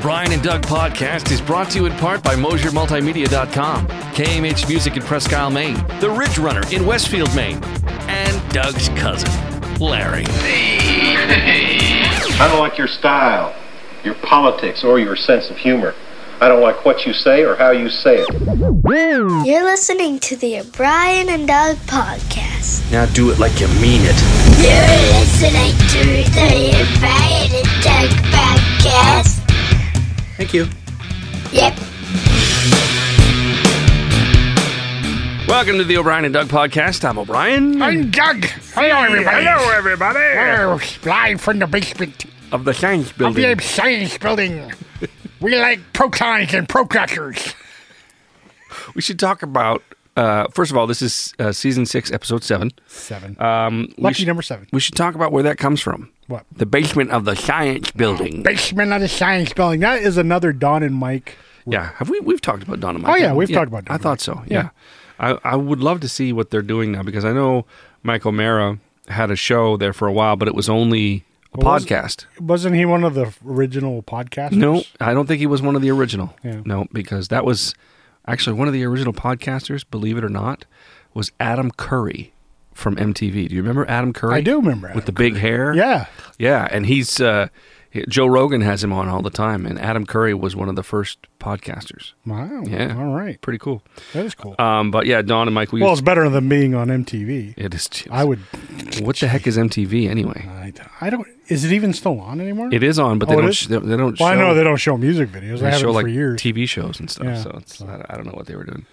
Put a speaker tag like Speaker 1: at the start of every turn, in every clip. Speaker 1: Brian and Doug podcast is brought to you in part by MosierMultimedia.com, KMH Music in Presque Isle, Maine, The Ridge Runner in Westfield, Maine, and Doug's cousin, Larry.
Speaker 2: I don't like your style, your politics, or your sense of humor. I don't like what you say or how you say it.
Speaker 3: You're listening to the Brian and Doug podcast.
Speaker 1: Now do it like you mean it.
Speaker 3: You're listening to the Brian and Doug podcast.
Speaker 1: Thank you.
Speaker 3: Yep.
Speaker 1: Welcome to the O'Brien and Doug podcast. I'm O'Brien
Speaker 4: And Doug. Hello, everybody.
Speaker 5: Hello, everybody.
Speaker 4: Oh, live from the basement
Speaker 1: of the Science
Speaker 4: of
Speaker 1: Building.
Speaker 4: the science building. we like protons and protruckers.
Speaker 1: We should talk about. Uh, first of all, this is uh, season six, episode seven.
Speaker 4: Seven.
Speaker 1: Um, we
Speaker 4: Lucky
Speaker 1: should-
Speaker 4: number seven.
Speaker 1: We should talk about where that comes from.
Speaker 5: What?
Speaker 1: The basement of the science building.
Speaker 4: Basement of the science building.
Speaker 5: That is another Don and Mike.
Speaker 1: Yeah, have we? We've talked about Don and Mike.
Speaker 5: Oh, yeah,
Speaker 1: haven't we?
Speaker 5: we've talked about Don
Speaker 1: I
Speaker 5: and
Speaker 1: thought so. Yeah, I, I would love to see what they're doing now because I know Mike O'Mara had a show there for a while, but it was only a
Speaker 5: was-
Speaker 1: podcast.
Speaker 5: Wasn't he one of the original podcasters?
Speaker 1: No, I don't think he was one of the original.
Speaker 5: Yeah.
Speaker 1: No, because that was actually one of the original podcasters. Believe it or not, was Adam Curry from MTV. Do you remember Adam Curry?
Speaker 5: I do remember
Speaker 1: with
Speaker 5: Adam
Speaker 1: the big hair.
Speaker 5: Yeah.
Speaker 1: Yeah, and he's uh, he- Joe Rogan has him on all the time, and Adam Curry was one of the first podcasters.
Speaker 5: Wow.
Speaker 1: Yeah,
Speaker 5: All right.
Speaker 1: pretty cool.
Speaker 5: That is cool.
Speaker 1: Um, but yeah, Don and Mike, we
Speaker 5: well, it's
Speaker 1: used,
Speaker 5: better than being on MTV.
Speaker 1: it is.
Speaker 5: I would.
Speaker 1: what the heck is MTV anyway?
Speaker 5: I, I don't. Is it even still on anymore?
Speaker 1: It is on, but they
Speaker 5: Oh, it
Speaker 1: don't.
Speaker 5: is?
Speaker 1: Sh- they, they don't.
Speaker 5: Well,
Speaker 1: show,
Speaker 5: I know they don't show music videos.
Speaker 1: they
Speaker 5: I haven't
Speaker 1: show
Speaker 5: for
Speaker 1: like
Speaker 5: years.
Speaker 1: TV shows and stuff.
Speaker 5: Yeah.
Speaker 1: So it's, I, I don't know what they were doing.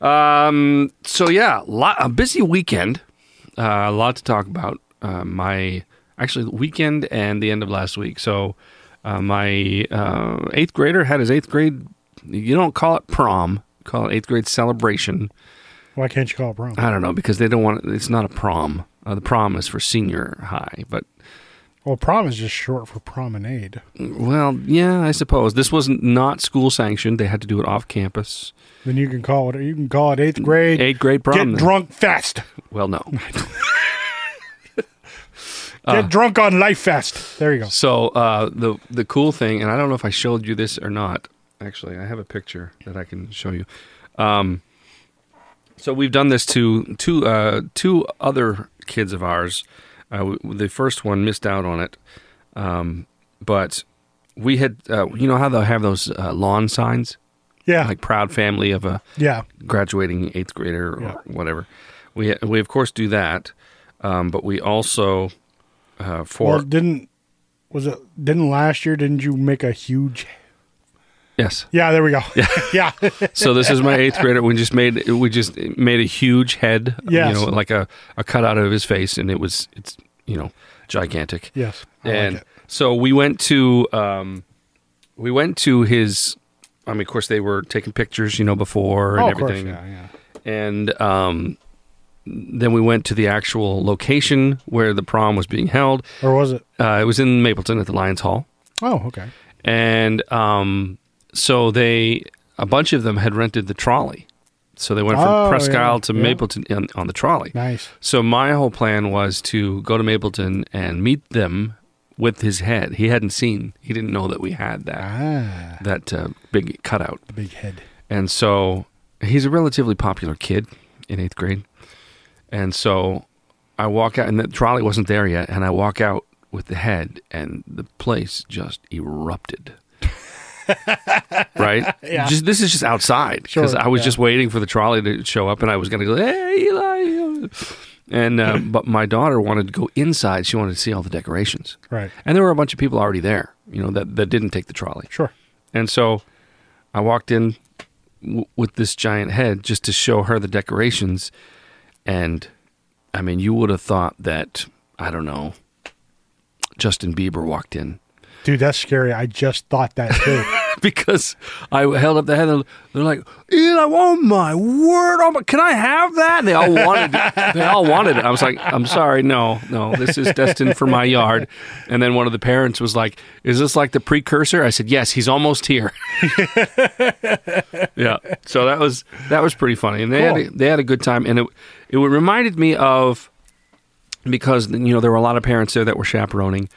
Speaker 1: Um, so yeah, lot, a busy weekend. Uh, a lot to talk about. Uh, my actually the weekend and the end of last week. So uh, my uh, eighth grader had his eighth grade. You don't call it prom. Call it eighth grade celebration.
Speaker 5: Why can't you call it prom?
Speaker 1: I don't know because they don't want. It's not a prom. Uh, the prom is for senior high, but
Speaker 5: well, prom is just short for promenade.
Speaker 1: Well, yeah, I suppose this was not school sanctioned. They had to do it off campus.
Speaker 5: Then you can call it. You can call it eighth grade.
Speaker 1: Eighth grade prom.
Speaker 5: Get
Speaker 1: then.
Speaker 5: drunk fest.
Speaker 1: Well, no. Uh.
Speaker 5: Get drunk on life fest. There you go.
Speaker 1: So uh, the the cool thing, and I don't know if I showed you this or not. Actually, I have a picture that I can show you. Um, so we've done this to two uh, two other kids of ours. Uh, w- the first one missed out on it, um, but we had uh, you know how they have those uh, lawn signs
Speaker 5: Yeah.
Speaker 1: like proud family of a
Speaker 5: yeah.
Speaker 1: graduating eighth grader or
Speaker 5: Yeah.
Speaker 1: whatever. We we of course do that, um, but we also uh, for
Speaker 5: Well, didn't was it didn't last year? Didn't you make a huge?
Speaker 1: yes.
Speaker 5: Yeah, there we go. Yeah,
Speaker 1: So this is my eighth grader. We just made we just made a huge head,
Speaker 5: Yes.
Speaker 1: you know, like a a cutout of his face, and it was it's you know gigantic.
Speaker 5: yes. I like
Speaker 1: and
Speaker 5: it.
Speaker 1: so we went to um, we went to his. I mean, of course, they were taking pictures, you know, before and
Speaker 5: Oh, of course,
Speaker 1: everything.
Speaker 5: yeah, yeah.
Speaker 1: and um, then we went to the actual location where the prom was being held.
Speaker 5: Or was it?
Speaker 1: Uh, it was in Mapleton at the Lions Hall,
Speaker 5: Oh, okay.
Speaker 1: and um, so they a bunch of them had rented the trolley, so they went from
Speaker 5: Oh,
Speaker 1: Presque
Speaker 5: yeah,
Speaker 1: Isle to
Speaker 5: yeah.
Speaker 1: Mapleton on, on the trolley.
Speaker 5: Nice.
Speaker 1: So my whole plan was to go to Mapleton and meet them with his head. He hadn't seen, he didn't know that we had that
Speaker 5: Ah,
Speaker 1: that uh, big cutout.
Speaker 5: the big head.
Speaker 1: And so he's a relatively popular kid in eighth grade. And so I walk out, and the trolley wasn't there yet. And I walk out with the head, and the place just erupted. right?
Speaker 5: Yeah.
Speaker 1: Just, this is just outside because
Speaker 5: Sure,
Speaker 1: I was
Speaker 5: yeah.
Speaker 1: just waiting for the trolley to show up, and I was going to go, "Hey, Eli!" And uh, but my daughter wanted to go inside. She wanted to see all the decorations,
Speaker 5: Right.
Speaker 1: and there were a bunch of people already there, you know, that that didn't take the trolley.
Speaker 5: Sure.
Speaker 1: And so I walked in w- with this giant head just to show her the decorations. And I mean, you would have thought that, I don't know, Justin Bieber walked in
Speaker 5: Dude, that's scary. I just thought that too.
Speaker 1: because I held up the head. And they're like, "Eli, oh my word! Oh my, can I have that?" They all wanted. It. They all wanted it. I was like, "I'm sorry, no, no, this is destined for my yard." And then one of the parents was like, "Is this like the precursor?" I said, "Yes, he's almost here." yeah. So that was that was pretty funny, and they had a,
Speaker 5: Cool.
Speaker 1: they had a good time, and it it reminded me of because you know there were a lot of parents there that were chaperoning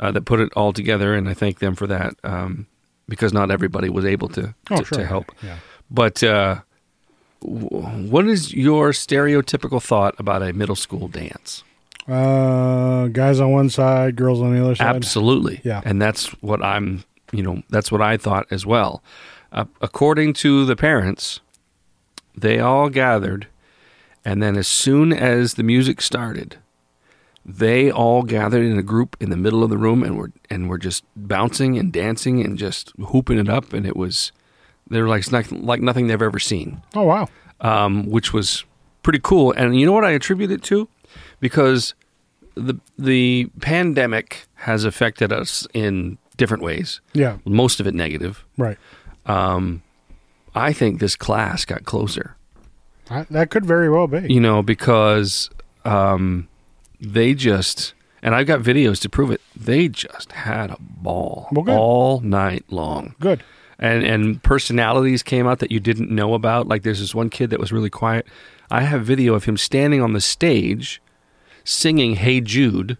Speaker 1: uh, that put it all together, and I thank them for that. Um, because not everybody was able to
Speaker 5: Oh,
Speaker 1: to,
Speaker 5: sure.
Speaker 1: to help.
Speaker 5: Yeah.
Speaker 1: But uh, w- what is your stereotypical thought about a middle school dance?
Speaker 5: Uh, guys on one side, girls on the other side.
Speaker 1: Absolutely.
Speaker 5: Yeah.
Speaker 1: And that's what I'm, you know, that's what I thought as well. Uh, according to the parents, they all gathered. And then as soon as the music started, they all gathered in a group in the middle of the room and were and were just bouncing and dancing and just hooping it up and it was they were like it's not, like nothing they've ever seen
Speaker 5: Oh wow.
Speaker 1: um, which was pretty cool. And you know what I attribute it to? Because the the pandemic has affected us in different ways.
Speaker 5: Yeah.
Speaker 1: Most of it negative.
Speaker 5: Right.
Speaker 1: I think this class got closer.
Speaker 5: I, that could very well be.
Speaker 1: You know, because um, they just and I've got videos to prove it. They just had a ball
Speaker 5: Well, good.
Speaker 1: all night long.
Speaker 5: Good.
Speaker 1: and and personalities came out that you didn't know about. Like there's this one kid that was really quiet. I have video of him standing on the stage singing "Hey Jude,"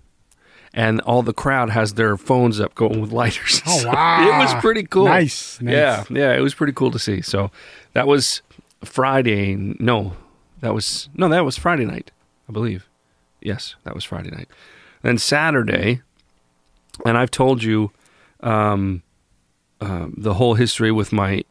Speaker 1: and all the crowd has their phones up, going with lighters.
Speaker 5: Oh,
Speaker 1: So
Speaker 5: wow.
Speaker 1: it was pretty cool.
Speaker 5: Nice, nice.
Speaker 1: Yeah, yeah, it was pretty cool to see. So that was Friday. No, that was no, that was Friday night, I believe. Yes, that was Friday night. Then Saturday, and I've told you um, the whole history with my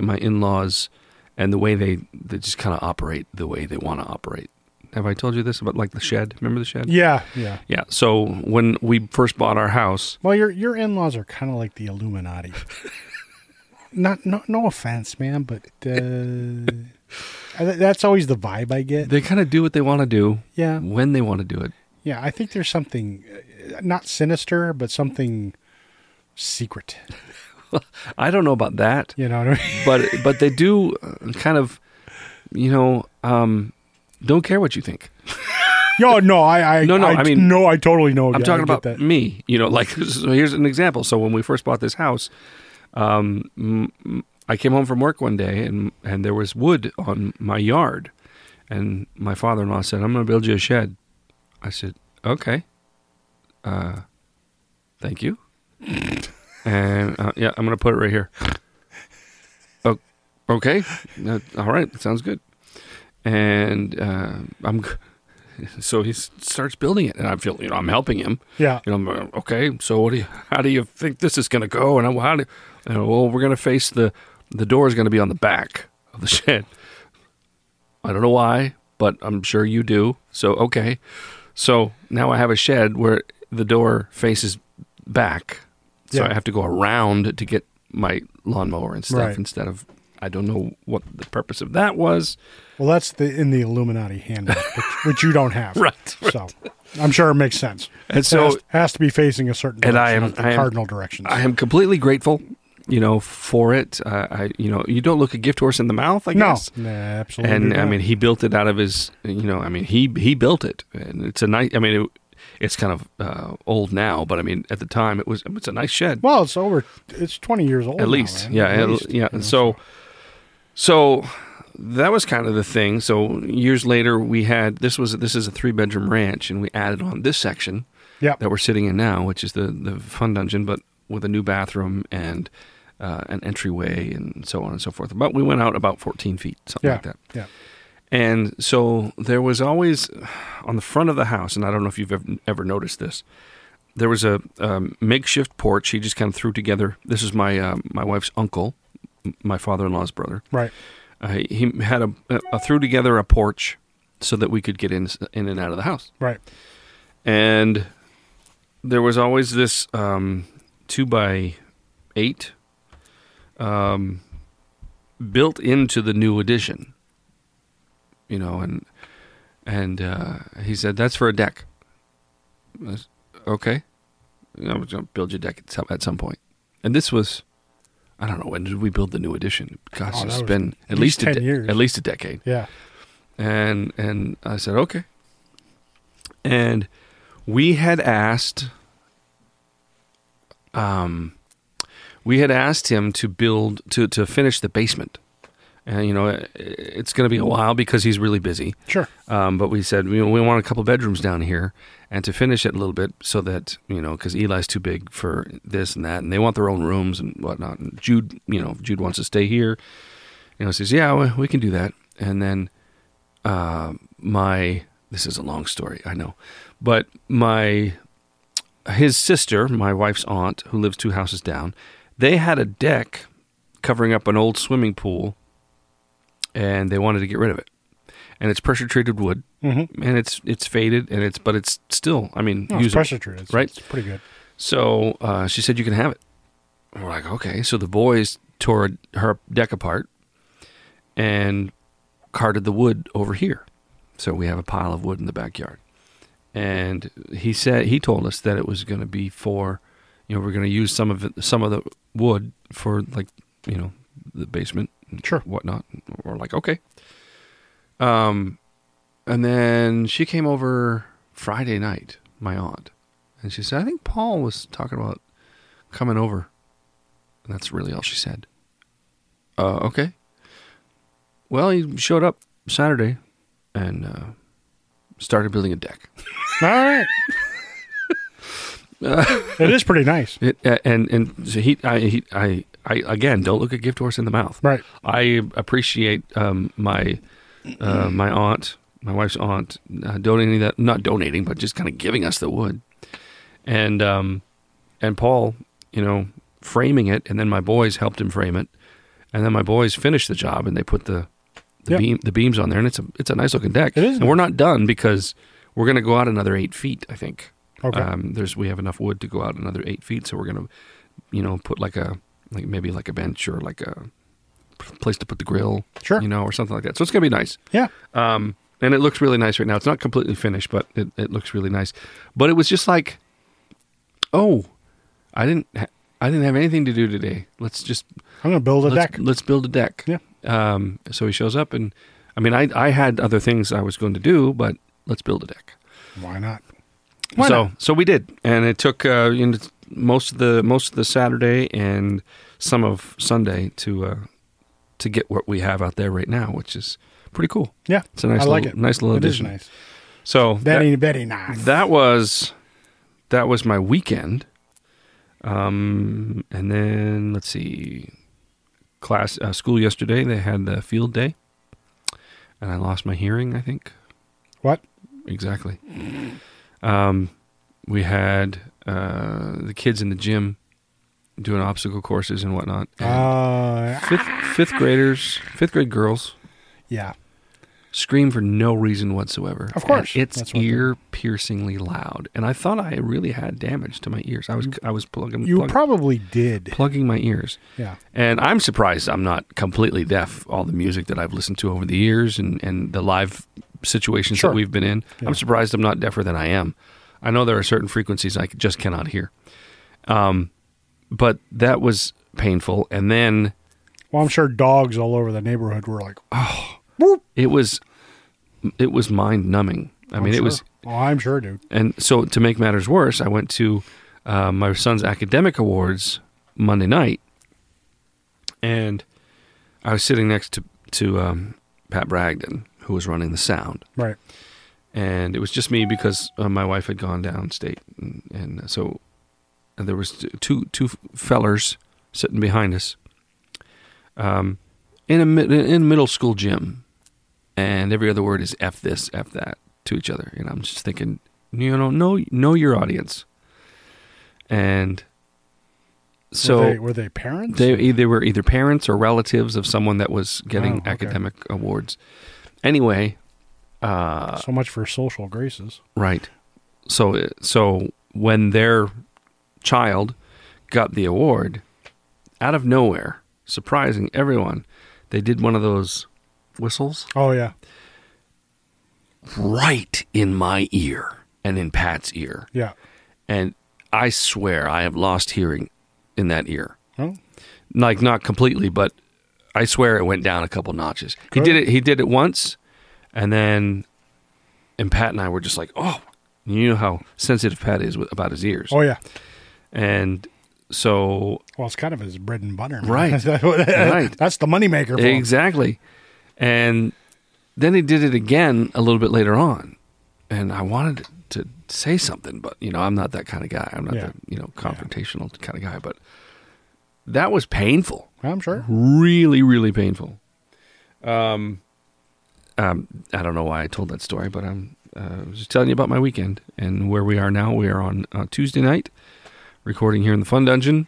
Speaker 1: my in-laws and the way they they just kind of operate the way they want to operate. Have I told you this about like the shed? Remember the shed?
Speaker 5: Yeah. Yeah.
Speaker 1: Yeah. So when we first bought our house,
Speaker 5: Well, your your in laws are kind of like the Illuminati. Not no no offense, man, but uh, I th- that's always the vibe I get.
Speaker 1: they kind of do what they want to do.
Speaker 5: Yeah.
Speaker 1: When they want to do it.
Speaker 5: Yeah, I think there's something uh, not sinister, but something secret.
Speaker 1: I don't know about that,
Speaker 5: You know what I mean?
Speaker 1: but but they do uh, kind of, you know, um, don't care what you think.
Speaker 5: Yo, no, I, I
Speaker 1: No, no, I mean-
Speaker 5: no, I totally know.
Speaker 1: I'm
Speaker 5: Oh, Yeah,
Speaker 1: talking
Speaker 5: I get
Speaker 1: about me. You know, like so here's an example. So when we first bought this house, um, m- m- I came home from work one day and and there was wood on my yard, and my father-in-law said, "I'm going to build you a shed." I said, "Okay, uh, thank you," and uh, yeah, I'm going to put it right here. Oh, okay, Uh, all right, sounds good. And uh, I'm so he s- starts building it, and I feel you know I'm helping him.
Speaker 5: Yeah.
Speaker 1: You know, I'm, uh, okay. So what do you? How do you think this is going to go? And I'm, how do? You know, well, we're going to face the the door is going to be on the back of the shed. I don't know why, but I'm sure you do. So okay. So now I have a shed where the door faces back, so
Speaker 5: Yeah.
Speaker 1: I have to go around to get my lawnmower and stuff
Speaker 5: Right.
Speaker 1: instead of. I don't know what the purpose of that was.
Speaker 5: Well, that's the in the Illuminati handbook, which, which you don't have,
Speaker 1: Right,
Speaker 5: So, I'm sure it makes sense.
Speaker 1: And
Speaker 5: It
Speaker 1: so-
Speaker 5: has, has to be facing a certain
Speaker 1: And
Speaker 5: direction,
Speaker 1: I am-
Speaker 5: not the
Speaker 1: I am-
Speaker 5: cardinal directions.
Speaker 1: I am completely grateful, you know, for it. Uh, I, you know, you don't look a gift horse in the mouth, I
Speaker 5: no,
Speaker 1: guess.
Speaker 5: Nah, absolutely.
Speaker 1: And I
Speaker 5: not.
Speaker 1: mean, he built it out of his, you know, I mean, he he built it, and it's a nice. I mean, it, it's kind of uh, old now, but I mean, at the time, it was it's a nice shed,
Speaker 5: well, it's over. It's 20 years old.
Speaker 1: at
Speaker 5: now,
Speaker 1: least,
Speaker 5: Oh, man,
Speaker 1: yeah,
Speaker 5: at
Speaker 1: at-
Speaker 5: least,
Speaker 1: yeah.
Speaker 5: you know.
Speaker 1: so, so that was kind of the thing. So years later, we had this was this is a three bedroom ranch, and we added on this section
Speaker 5: yeah,
Speaker 1: that we're sitting in now, which is the the fun dungeon, but with a new bathroom and uh, an entryway and so on and so forth. But we went out about 14 feet, something
Speaker 5: yeah,
Speaker 1: like that.
Speaker 5: yeah.
Speaker 1: And so there was always on the front of the house, and I don't know if you've ever, ever noticed this. There was a um, makeshift porch he just kind of threw together. This is my uh, my wife's uncle, m- my father-in-law's brother.
Speaker 5: Right.
Speaker 1: Uh, he- he had a, a, a threw together a porch so that we could get in in and out of the house
Speaker 5: Right.
Speaker 1: and there was always this um, two by eight um, built into the new edition. You know, and and uh, he said that's for a deck. I s- okay, I was gonna build your deck at some at some point, and this was. I don't know when did we build the new edition? Gosh,
Speaker 5: Oh, that
Speaker 1: it's
Speaker 5: was
Speaker 1: been
Speaker 5: at
Speaker 1: at
Speaker 5: least
Speaker 1: least, a
Speaker 5: 10
Speaker 1: de-
Speaker 5: years.
Speaker 1: at least a decade
Speaker 5: Yeah.
Speaker 1: and and I said okay. And we had asked, um, we had asked him to build to to finish the basement, and you know it, it's going to be a while because he's really busy.
Speaker 5: Sure.
Speaker 1: Um, but we said you know, we want a couple bedrooms down here, and to finish it a little bit, so that you know, because Eli's too big for this and that, and they want their own rooms and whatnot. And Jude, you know, Jude wants to stay here. You know, says yeah, we, we can do that. And then uh, my this is a long story, I know, but my his sister, my wife's aunt, who lives two houses down, they had a deck covering up an old swimming pool, and they wanted to get rid of it. And it's pressure treated wood, and it's it's faded, and it's but it's still, I mean,
Speaker 5: Mm-hmm. No, it's
Speaker 1: usable.
Speaker 5: pressure treated. It's-
Speaker 1: right?
Speaker 5: It's pretty good.
Speaker 1: So uh, she said, "You can have it." And we're like, "Okay." So the boys tore her deck apart and carted the wood over here. So we have a pile of wood in the backyard. And he said he told us that it was going to be for, you know, we're going to use some of it, some of the wood for like, you know, the basement, and
Speaker 5: Sure.
Speaker 1: whatnot. We're like, okay. Um, and then she came over Friday night, my aunt, and she said, I think Paul was talking about coming over. And that's really all she said. Uh, okay. Well, he showed up Saturday and uh, started building a deck.
Speaker 5: All right. it is pretty nice.
Speaker 1: It, a- and and so he, I, he, I, I again don't look a gift horse in the mouth.
Speaker 5: Right.
Speaker 1: I appreciate um, my uh, my aunt, my wife's aunt, uh, donating that not donating, but just kind of giving us the wood, and um, and Paul, you know, framing it, and then my boys helped him frame it, and then my boys finished the job, and they put the the
Speaker 5: Yep.
Speaker 1: beam the beams on there, and it's a it's a nice looking deck.
Speaker 5: It is
Speaker 1: and we're not done because we're going to go out another eight feet, I think.
Speaker 5: Okay.
Speaker 1: Um, there's we have enough wood to go out another eight feet, so we're going to, you know, put like a like maybe like a bench or like a place to put the grill,
Speaker 5: Sure.
Speaker 1: you know, or something like that. So it's gonna be nice.
Speaker 5: Yeah.
Speaker 1: Um, and it looks really nice right now. It's not completely finished, but it, it looks really nice. But it was just like, oh, I didn't, ha- I didn't have anything to do today. Let's just
Speaker 5: I'm gonna build a
Speaker 1: let's,
Speaker 5: deck.
Speaker 1: let's build a deck.
Speaker 5: Yeah.
Speaker 1: Um, so he shows up, and I mean, I I had other things I was going to do, but let's build a deck.
Speaker 5: Why not?
Speaker 1: so so we did, and it took uh, you know, most of the most of the Saturday and some of Sunday to uh, to get what we have out there right now, which is pretty cool.
Speaker 5: Yeah.
Speaker 1: It's a nice
Speaker 5: I like
Speaker 1: little-
Speaker 5: it.
Speaker 1: nice little
Speaker 5: It is
Speaker 1: addition.
Speaker 5: nice.
Speaker 1: So that,
Speaker 5: Very, very nice.
Speaker 1: that was that was my weekend. Um, and then let's see, class uh, school yesterday they had the field day, and I lost my hearing. I think
Speaker 5: what?
Speaker 1: exactly. Um, we had uh, the kids in the gym doing obstacle courses and whatnot. And
Speaker 5: Uh,
Speaker 1: fifth fifth graders, fifth grade girls
Speaker 5: yeah.
Speaker 1: scream for no reason whatsoever.
Speaker 5: Of course.
Speaker 1: And it's
Speaker 5: That's what they-
Speaker 1: ear piercingly loud, and I thought I really had damage to my ears. I was I was plugging
Speaker 5: You
Speaker 1: plug-
Speaker 5: probably did.
Speaker 1: plugging my ears.
Speaker 5: Yeah.
Speaker 1: And I'm surprised I'm not completely deaf. All the music that I've listened to over the years and, and the live situations
Speaker 5: Sure.
Speaker 1: that we've been in,
Speaker 5: Yeah.
Speaker 1: I'm surprised I'm not deafer than I am. I know there are certain frequencies I just cannot hear. Um, but that was painful. And then
Speaker 5: Well, I'm sure dogs all over the neighborhood were like, I
Speaker 1: it was it was mind numbing. I mean, it was
Speaker 5: Oh, I'm sure, dude.
Speaker 1: And so, to make matters worse, I went to uh, my son's academic awards Monday night, and I was sitting next to to um, Pat Bragdon, who was running the sound,
Speaker 5: Right.
Speaker 1: and it was just me because uh, my wife had gone downstate, and, and uh, so and there was t- two two fellers sitting behind us, um, in a mid- in a middle school gym, and every other word is f this f that to each other, and I'm just thinking, you know, know know your audience, and so
Speaker 5: were they, were they parents?
Speaker 1: they either were either parents or relatives of someone that was getting
Speaker 5: Oh, okay.
Speaker 1: academic awards. Anyway,
Speaker 5: so much for social graces.
Speaker 1: Right. So so when their child got the award, out of nowhere, surprising everyone, they did one of those whistles
Speaker 5: Oh yeah.
Speaker 1: right in my ear and in Pat's ear.
Speaker 5: Yeah.
Speaker 1: And I swear I have lost hearing in that ear.
Speaker 5: Well,
Speaker 1: like not completely, but I swear it went down a couple notches. He did it. He did it once, and then, and Pat and I were just "Oh, like, "Oh, you know how sensitive Pat is with, about his ears."
Speaker 5: oh yeah.
Speaker 1: And So
Speaker 5: Well, it's kind of his bread and butter. man.
Speaker 1: Right. Right.
Speaker 5: That's the moneymaker. for him.
Speaker 1: Exactly. And then he did it again a little bit later on. And I wanted to say something, but you know, I'm not that kind of guy. I'm not
Speaker 5: Yeah.
Speaker 1: that, you know, confrontational kind of guy, but that was painful.
Speaker 5: I'm sure.
Speaker 1: Really, really painful. Um, um I don't know why I told that story, but I'm uh, I was just telling you about my weekend and where we are now. We are on uh, Tuesday night, recording here in the Fun Dungeon.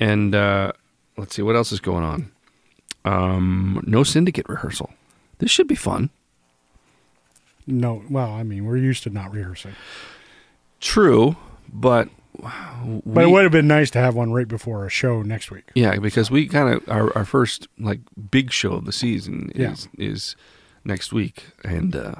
Speaker 1: And uh, let's see what else is going on. Um, no syndicate rehearsal. This should be fun.
Speaker 5: No, well, I mean, we're used to not rehearsing,
Speaker 1: True, but
Speaker 5: but it would have been nice to have one right before a show next week.
Speaker 1: yeah, because we kind of our, our first like big show of the season
Speaker 5: Yeah.
Speaker 1: is is next week, and uh,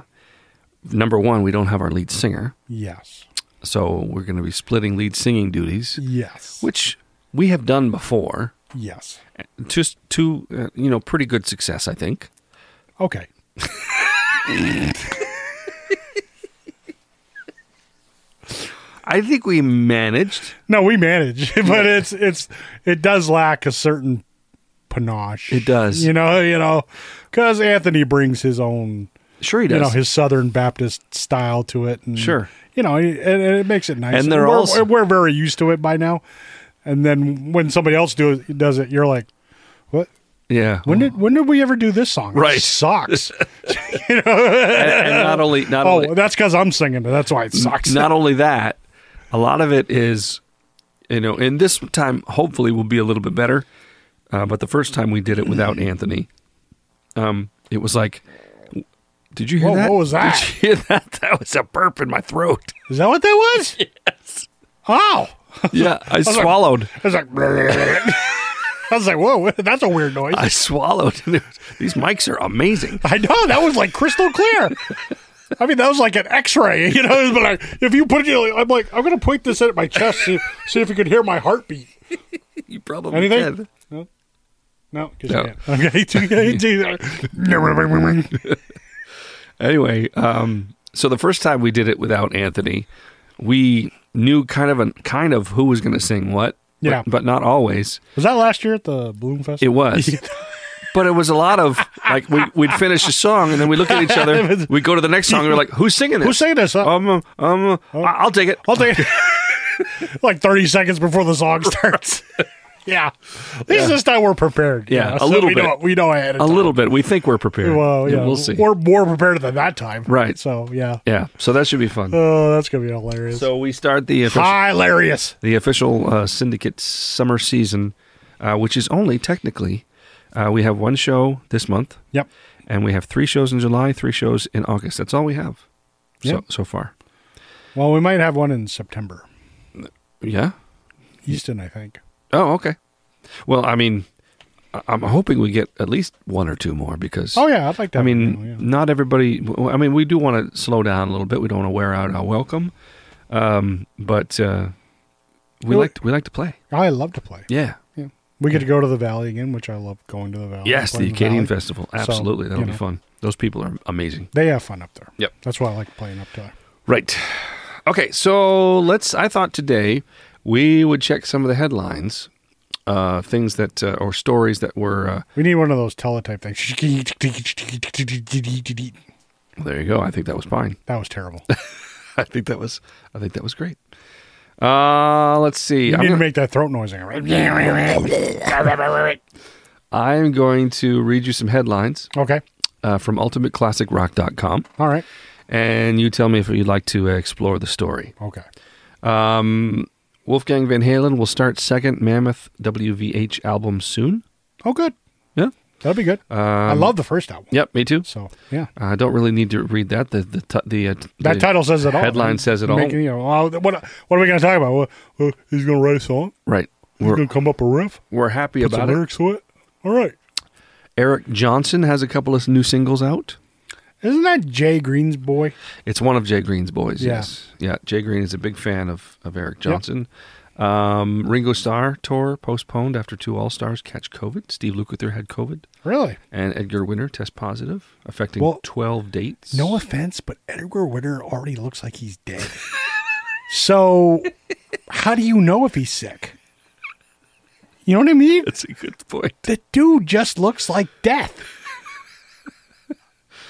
Speaker 1: number one, we don't have our lead singer,
Speaker 5: Yes,
Speaker 1: so we're going to be splitting lead singing duties,
Speaker 5: yes,
Speaker 1: which we have done before,
Speaker 5: yes.
Speaker 1: just to uh, you know pretty good success, I think.
Speaker 5: Okay,
Speaker 1: I think we managed.
Speaker 5: no, we manage, but it's it's it does lack a certain panache.
Speaker 1: It does.
Speaker 5: you know, you know, because Anthony brings his own,
Speaker 1: Sure, he does.
Speaker 5: you know, his Southern Baptist style to it, and
Speaker 1: Sure.
Speaker 5: you know, and, and it makes it nice.
Speaker 1: And they're
Speaker 5: we're,
Speaker 1: also-
Speaker 5: we're very used to it by now. And then when somebody else do it, does it, you're like, what?
Speaker 1: yeah.
Speaker 5: When did when did we ever do this song?
Speaker 1: Right.
Speaker 5: it sucks.
Speaker 1: and, and not only not
Speaker 5: oh,
Speaker 1: only
Speaker 5: that's because I'm singing it. That's why it sucks.
Speaker 1: not only that, a lot of it is, you know, and this time hopefully will be a little bit better. Uh, but the first time we did it without Anthony, um, it was like, did you hear
Speaker 5: Whoa,
Speaker 1: that?
Speaker 5: what was that?
Speaker 1: Did you hear that? That was a burp in my throat.
Speaker 5: Is that what that was? Yes. Oh,
Speaker 1: Yeah, I swallowed.
Speaker 5: I was like, I was like, whoa, that's a weird noise.
Speaker 1: I swallowed. These mics are amazing.
Speaker 5: I know that was like crystal clear. I mean, that was like an X-ray, you know. But like, if you put it, I'm like, I'm gonna point this at my chest, see, see if you could hear my heartbeat.
Speaker 1: You probably
Speaker 5: Anything?
Speaker 1: did.
Speaker 5: No, because
Speaker 1: No.
Speaker 5: you can't. Okay,
Speaker 1: Anyway, um, so the first time we did it without Anthony, we knew kind of a, kind of who was going to sing what.
Speaker 5: Yeah.
Speaker 1: but, but not always.
Speaker 5: was that last year at the Bloom Fest?
Speaker 1: It was. But it was a lot of like we we'd finish a song and then we look at each other. We go to the next song and we're like, "Who's singing this?
Speaker 5: Who's Oh. singing this? Huh?
Speaker 1: Um, um, I- I'll take it.
Speaker 5: I'll take like 30 seconds before the song starts. yeah. At least this time we're prepared. you
Speaker 1: Yeah,
Speaker 5: know,
Speaker 1: a little
Speaker 5: we
Speaker 1: bit.
Speaker 5: Know, we know ahead of
Speaker 1: A
Speaker 5: time.
Speaker 1: little bit. We think we're prepared.
Speaker 5: Well, yeah,
Speaker 1: we'll see.
Speaker 5: We're more prepared than that time.
Speaker 1: Right.
Speaker 5: So, yeah.
Speaker 1: yeah, so that should be fun.
Speaker 5: Oh, that's going to be hilarious.
Speaker 1: so we start the official,
Speaker 5: hilarious.
Speaker 1: the official uh, syndicate summer season, uh, which is only technically uh, we have one show this month,
Speaker 5: Yep.
Speaker 1: and we have three shows in July, three shows in August. That's all we have.
Speaker 5: Yeah.
Speaker 1: So so far,
Speaker 5: Well, we might have one in September.
Speaker 1: yeah.
Speaker 5: Easton, I think.
Speaker 1: Oh, okay. Well, I mean, I- I'm hoping we get at least one or two more because
Speaker 5: Oh, yeah. I'd like that.
Speaker 1: I mean,
Speaker 5: yeah.
Speaker 1: not everybody. w- I mean, we do want to slow down a little bit. We don't want to wear out our welcome, um, but uh, we
Speaker 5: Well-
Speaker 1: like we like to play.
Speaker 5: I love to play.
Speaker 1: Yeah.
Speaker 5: We get to go to the Valley again, which I love going to the Valley.
Speaker 1: Yes,
Speaker 5: playing
Speaker 1: the Acadian
Speaker 5: Valley.
Speaker 1: Festival. Absolutely, that'll
Speaker 5: you
Speaker 1: be
Speaker 5: know.
Speaker 1: fun. Those people are amazing.
Speaker 5: They have fun up there.
Speaker 1: Yep.
Speaker 5: That's why I like playing up there.
Speaker 1: Right. Okay, so let's. I thought today we would check some of the headlines, uh, things that uh, or stories that were. Uh,
Speaker 5: We need one of those teletype things.
Speaker 1: there you go. I think that was fine.
Speaker 5: That was terrible.
Speaker 1: I think that was I think that was great. Uh, let's see.
Speaker 5: You
Speaker 1: I'm
Speaker 5: need to
Speaker 1: gonna,
Speaker 5: make that throat noise.
Speaker 1: I'm going to read you some headlines
Speaker 5: Okay.
Speaker 1: uh, from ultimateclassicrock.com
Speaker 5: All right.
Speaker 1: and you tell me if you'd like to uh, explore the story.
Speaker 5: Okay.
Speaker 1: Wolfgang Van Halen will start second Mammoth WVH album soon.
Speaker 5: Oh, good.
Speaker 1: Yeah.
Speaker 5: That'll be good. I
Speaker 1: Um,
Speaker 5: love the first album.
Speaker 1: Yep, me too.
Speaker 5: So yeah,
Speaker 1: I don't really need to read that. The the t- the, uh, t-
Speaker 5: that
Speaker 1: the-
Speaker 5: title says it all.
Speaker 1: headline says it all.
Speaker 5: Making- you know, well, what what are we going to talk about? Well, well, he's going to write a song.
Speaker 1: Right.
Speaker 5: He's
Speaker 1: We're
Speaker 5: going to come up a riff.
Speaker 1: we're happy
Speaker 5: Put some
Speaker 1: about it.
Speaker 5: lyrics to it. All right.
Speaker 1: Eric Johnson has a couple of new singles out.
Speaker 5: Isn't that Jay Green's boy?
Speaker 1: It's one of Jay Green's boys.
Speaker 5: Yeah.
Speaker 1: Yes, yeah. Jay Green is a big fan of of Eric Johnson. Um, Ringo Starr tour postponed after two All Stars catch COVID. Steve Lukather had COVID,
Speaker 5: Really?
Speaker 1: and Edgar Winter test positive, affecting
Speaker 5: Well,
Speaker 1: twelve dates.
Speaker 5: No offense, but Edgar Winter already looks like he's dead. so how do you know if he's sick? You know what I mean?
Speaker 1: That's a good point.
Speaker 5: The dude just looks like death.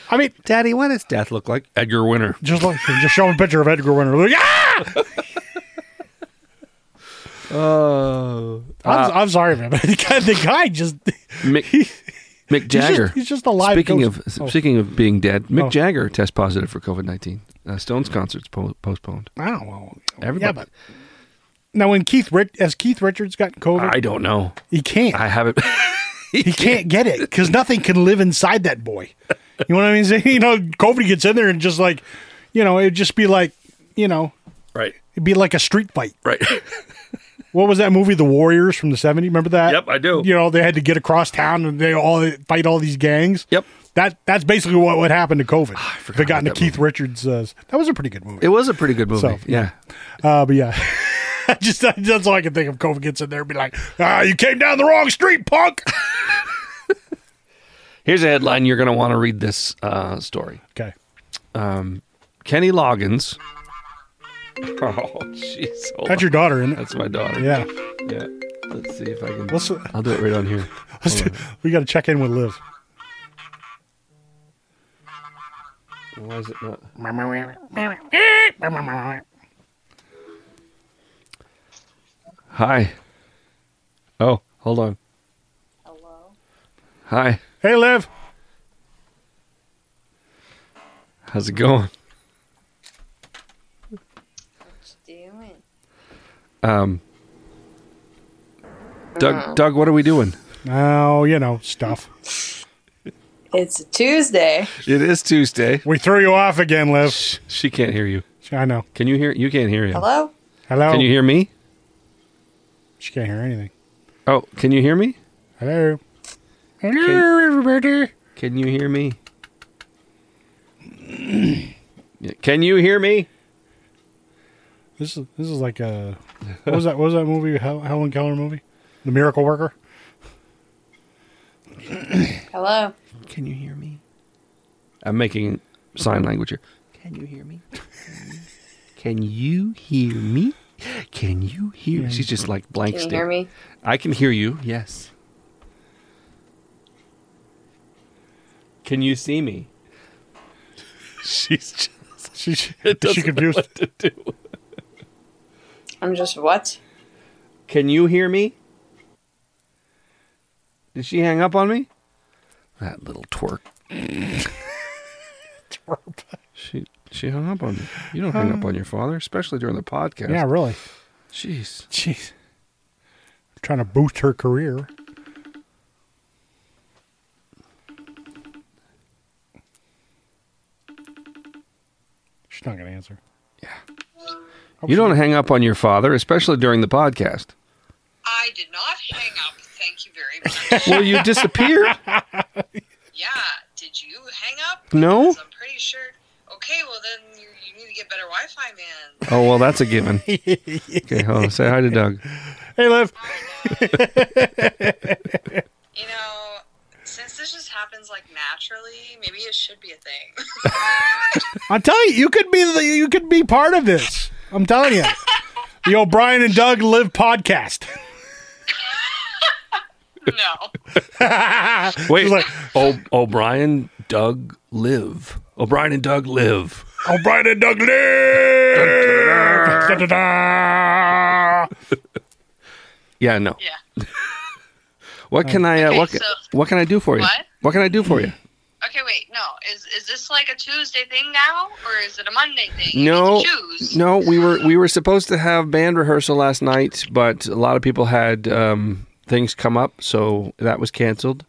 Speaker 5: I mean,
Speaker 1: Daddy, what does death look like? Edgar Winter.
Speaker 5: just look, just show him a picture of Edgar Winter. Like, ah!
Speaker 1: Oh.
Speaker 5: I'm, I'm sorry, man, but the guy, the guy just
Speaker 1: Mick, Mick
Speaker 5: he's
Speaker 1: Jagger.
Speaker 5: just, he's just a live.
Speaker 1: Speaking
Speaker 5: ghost.
Speaker 1: of
Speaker 5: Oh,
Speaker 1: speaking of being dead, Mick
Speaker 5: Oh.
Speaker 1: Jagger test positive for COVID nineteen. Uh, Stones concerts po- postponed.
Speaker 5: Oh, wow, well,
Speaker 1: Everybody-
Speaker 5: but now when Keith Rich, as Keith Richards got COVID,
Speaker 1: I don't know.
Speaker 5: he can't.
Speaker 1: I haven't.
Speaker 5: he can't get it because nothing can live inside that boy. You know what I mean? So, you know, COVID gets in there and just like, you know, it'd just be like, you know,
Speaker 1: right.
Speaker 5: it'd be like a street fight.
Speaker 1: Right.
Speaker 5: What was that movie, The Warriors from the 70s? Remember that?
Speaker 1: Yep, I do.
Speaker 5: You know, they had to get across town and they all fight all these gangs.
Speaker 1: Yep. Ah,
Speaker 5: That that's basically what would happen to COVID.
Speaker 1: forgot
Speaker 5: They got
Speaker 1: about
Speaker 5: into
Speaker 1: that
Speaker 5: Keith Richards. Uh, that was a pretty good movie.
Speaker 1: It was a pretty good movie.
Speaker 5: So-
Speaker 1: yeah.
Speaker 5: Uh, but yeah, just uh, that's all I can think of. COVID gets in there and be like, ah, you came down the wrong street, punk.
Speaker 1: Here's a headline. You're going to want to read this uh, story.
Speaker 5: okay.
Speaker 1: Kenny Loggins. Oh, jeez. Hold
Speaker 5: That's
Speaker 1: on.
Speaker 5: your daughter, isn't it?
Speaker 1: That's my daughter.
Speaker 5: Yeah.
Speaker 1: Yeah. Let's see if I can.
Speaker 5: Let's-
Speaker 1: I'll do it right on here.
Speaker 5: Let's do- we got to check in with Liv.
Speaker 1: Why is it not? Hi. Oh, hold on. Hello. Hi.
Speaker 5: Hey, Liv.
Speaker 1: How's it going?
Speaker 6: doing?
Speaker 1: Um, Doug, Doug, what are we doing?
Speaker 5: Oh, you know, stuff.
Speaker 6: It's a Tuesday.
Speaker 1: It is Tuesday.
Speaker 5: We threw you off again, Liv.
Speaker 1: She can't hear you.
Speaker 5: I know.
Speaker 1: Can you hear? You can't hear him.
Speaker 6: Hello?
Speaker 5: Hello.
Speaker 1: Can you hear me?
Speaker 5: she can't hear anything.
Speaker 1: Oh, can you hear me?
Speaker 5: Hello. Hello, everybody.
Speaker 1: Can you hear me? Yeah, Can you hear me?
Speaker 5: This is this is like a what was that? What was that movie? Hel- Helen Keller movie? The Miracle Worker.
Speaker 6: Hello?
Speaker 1: Can you hear me? I'm making sign language here.
Speaker 7: Can you hear me? Can you hear me?
Speaker 1: Can you hear? She's just like blank
Speaker 6: Can you
Speaker 1: stare.
Speaker 6: hear me?
Speaker 1: I can hear you. Yes. Can you see me? She's just
Speaker 5: She she, she confused.
Speaker 1: to do.
Speaker 6: I'm just what?
Speaker 1: Can you hear me? Did she hang up on me? That little twerk. She she hung up on me. You don't hang up on your father, especially during the podcast.
Speaker 5: Yeah, really.
Speaker 1: Jeez.
Speaker 5: Jeez. Trying to boost her career. She's not gonna answer. Oh,
Speaker 1: You don't hang up on your father, especially during the podcast.
Speaker 8: I did not hang up. Thank you very much.
Speaker 1: Well, you disappeared.
Speaker 8: yeah, did you hang up?
Speaker 1: No.
Speaker 8: Because I'm pretty sure. Okay, well then you, you need to get better Wi-Fi, man.
Speaker 1: Oh well, that's a given. Okay, hold on. Say hi to Doug.
Speaker 5: Hey, Liv.
Speaker 8: You know, since this just happens like naturally, maybe it should be a thing.
Speaker 5: I'm telling you, you could be the, you could be part of this. I'm telling you, the O'Brien and Doug Live podcast.
Speaker 8: no,
Speaker 1: Wait,
Speaker 5: She's like-
Speaker 1: o- O'Brien, Doug, live. O'Brien and Doug live.
Speaker 5: O'Brien and Doug Live. Da-da-da.
Speaker 1: Yeah, no.
Speaker 8: yeah.
Speaker 1: What can I? Uh,
Speaker 8: Okay,
Speaker 1: what, ca-
Speaker 8: so-
Speaker 1: what can I do for you?
Speaker 8: What?
Speaker 1: What can I do for you?
Speaker 8: Okay, wait. No, is is this like a Tuesday thing now, or is it a Monday thing? You
Speaker 1: No,
Speaker 8: need to choose.
Speaker 1: no. We were we were supposed to have band rehearsal last night, but a lot of people had um, things come up, so that was canceled.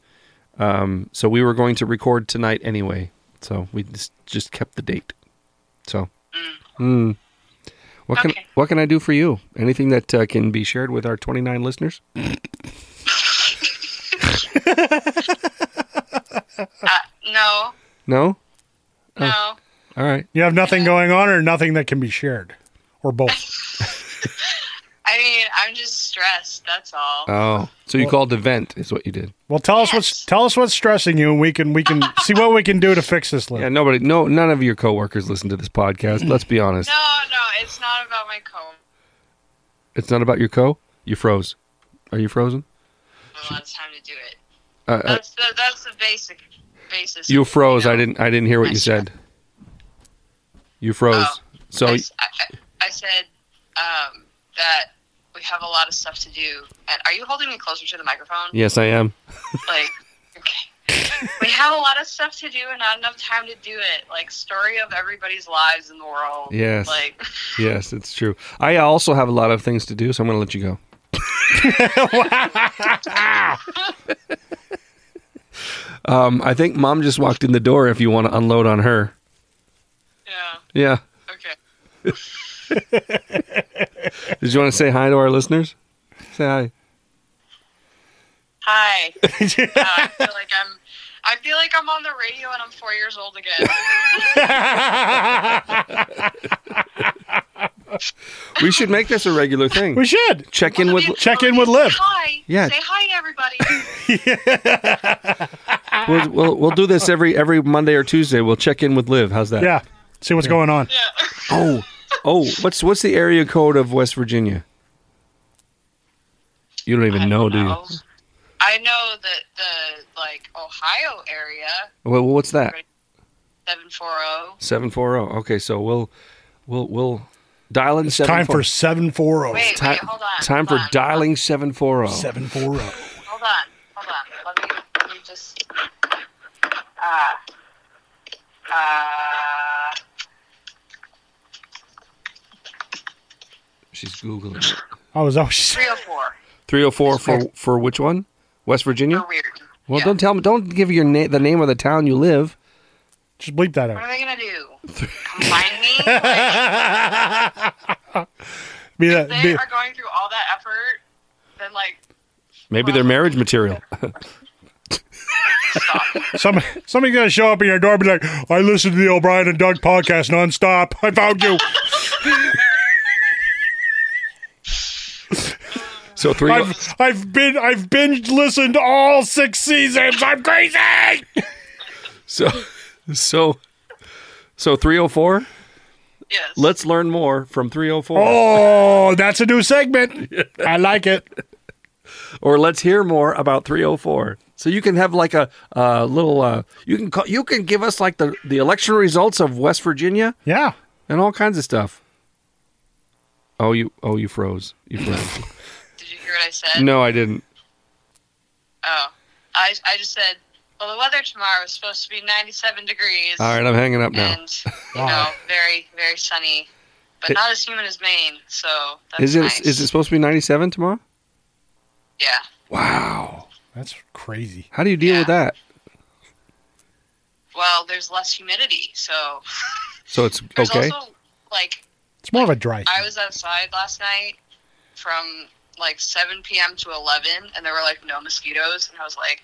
Speaker 1: Um, so we were going to record tonight anyway, so we just just kept the date. So, Hmm. what can
Speaker 8: Mm. Okay.
Speaker 1: what can I do for you? Anything that uh, can be shared with our twenty nine listeners?
Speaker 8: No,
Speaker 1: No.
Speaker 8: no.
Speaker 1: All right.
Speaker 5: You have nothing going on, or nothing that can be shared, or both.
Speaker 8: I mean, I'm just stressed. That's all.
Speaker 1: Oh, so you called the vent is what you did?
Speaker 5: Well, tell us what's
Speaker 8: Yes.
Speaker 5: tell us what's stressing you, and we can we can see what we can do to fix this, Liv.
Speaker 1: Yeah. Nobody. No. None of your coworkers listen to this podcast. Let's be honest.
Speaker 8: no, no, it's not about my co.
Speaker 1: It's not about your co. You froze. Are you frozen?
Speaker 8: a lot of time to do it.
Speaker 1: Uh, uh,
Speaker 8: That's that, that's the basic basis.
Speaker 1: you froze.
Speaker 8: know.
Speaker 1: I didn't. I didn't hear what you said. You froze.
Speaker 8: Oh.
Speaker 1: so
Speaker 8: I, s- I- I- I said um, that we have a lot of stuff to do. And are you holding me closer to the microphone?
Speaker 1: yes, I am.
Speaker 8: Like, okay. we have a lot of stuff to do and not enough time to do it. Like, story of everybody's lives in the world.
Speaker 1: Yes.
Speaker 8: Like,
Speaker 1: Yes, it's true. I also have a lot of things to do, so I'm going to let you go. um, I think mom just walked in the door. If you want to unload on her,
Speaker 8: yeah,
Speaker 1: yeah.
Speaker 8: okay.
Speaker 1: Did you want to say hi to our listeners? Say hi.
Speaker 8: Hi. Uh, I feel like I'm. I feel like I'm on the radio and I'm four years old again.
Speaker 1: We should make this a regular thing.
Speaker 5: We should
Speaker 1: Check in with.
Speaker 5: check in with Liv.
Speaker 8: Hi.
Speaker 1: Yeah.
Speaker 8: Say hi to everybody.
Speaker 1: We'll, we'll, we'll do this every every Monday or Tuesday. We'll check in with Liv. How's that?
Speaker 5: Yeah, see what's going on.
Speaker 8: Yeah.
Speaker 1: Oh, oh. What's what's the area code of West Virginia? You don't even
Speaker 8: I
Speaker 1: know,
Speaker 8: don't
Speaker 1: do you?
Speaker 8: know. I know that the like Ohio area
Speaker 1: Well, what's that?
Speaker 8: seven four oh. zero.
Speaker 1: Seven four zero. Okay, so we'll we'll we'll dial in seven.
Speaker 5: Time for seven four zero.
Speaker 8: Wait,
Speaker 1: Time,
Speaker 8: wait, hold on.
Speaker 1: time
Speaker 8: hold
Speaker 1: for
Speaker 8: Ah, on,
Speaker 1: dialing seven four oh. zero.
Speaker 5: Seven four oh. zero.
Speaker 8: Hold on, hold on. Let me, let me just. Uh, uh,
Speaker 1: She's googling
Speaker 5: I was always.
Speaker 8: three oh four.
Speaker 1: three zero four for for which one? West Virginia.
Speaker 8: You're weird.
Speaker 1: Well,
Speaker 8: Oh, Yeah.
Speaker 1: don't tell me. Don't give your na- the name of the town you live.
Speaker 5: Just bleep that
Speaker 8: What
Speaker 5: out.
Speaker 8: are they gonna do? Come find me? Like,
Speaker 5: Be that,
Speaker 8: they
Speaker 5: be-
Speaker 8: are going through all that effort. Then like
Speaker 1: Maybe their marriage material.
Speaker 5: some, somebody's gonna show up at your door and be like, "I listened to the O'Brien and Doug podcast nonstop. I found you.
Speaker 1: So three. oh,
Speaker 5: I've I've been I've binge listened all six seasons. I'm crazy."
Speaker 1: So so so three zero four.
Speaker 8: yes.
Speaker 1: Let's learn more from three zero four.
Speaker 5: Oh, that's a new segment. I like it.
Speaker 1: or let's hear more about 304. So you can have like a, a little uh, you can call, you can give us like the the election results of West Virginia
Speaker 5: Yeah.
Speaker 1: and all kinds of stuff. Oh you oh you froze you froze.
Speaker 8: Did you hear what I said?
Speaker 1: no, I didn't.
Speaker 8: Oh, I I just said. Well, the weather tomorrow is supposed to be 97 degrees.
Speaker 1: All right, I'm hanging up now.
Speaker 8: and you know very very sunny but
Speaker 1: It-
Speaker 8: not as humid as maine so that's
Speaker 1: Is it
Speaker 8: nice.
Speaker 1: is it supposed to be 97 tomorrow?
Speaker 8: yeah
Speaker 1: Wow,
Speaker 5: That's crazy.
Speaker 1: how do you deal with that?
Speaker 8: well there's less humidity so
Speaker 1: So it's
Speaker 8: there's
Speaker 1: okay.
Speaker 8: also like
Speaker 5: It's more of a dry.
Speaker 8: i was outside last night from like 7 p.m to 11 and there were like no mosquitoes and i was like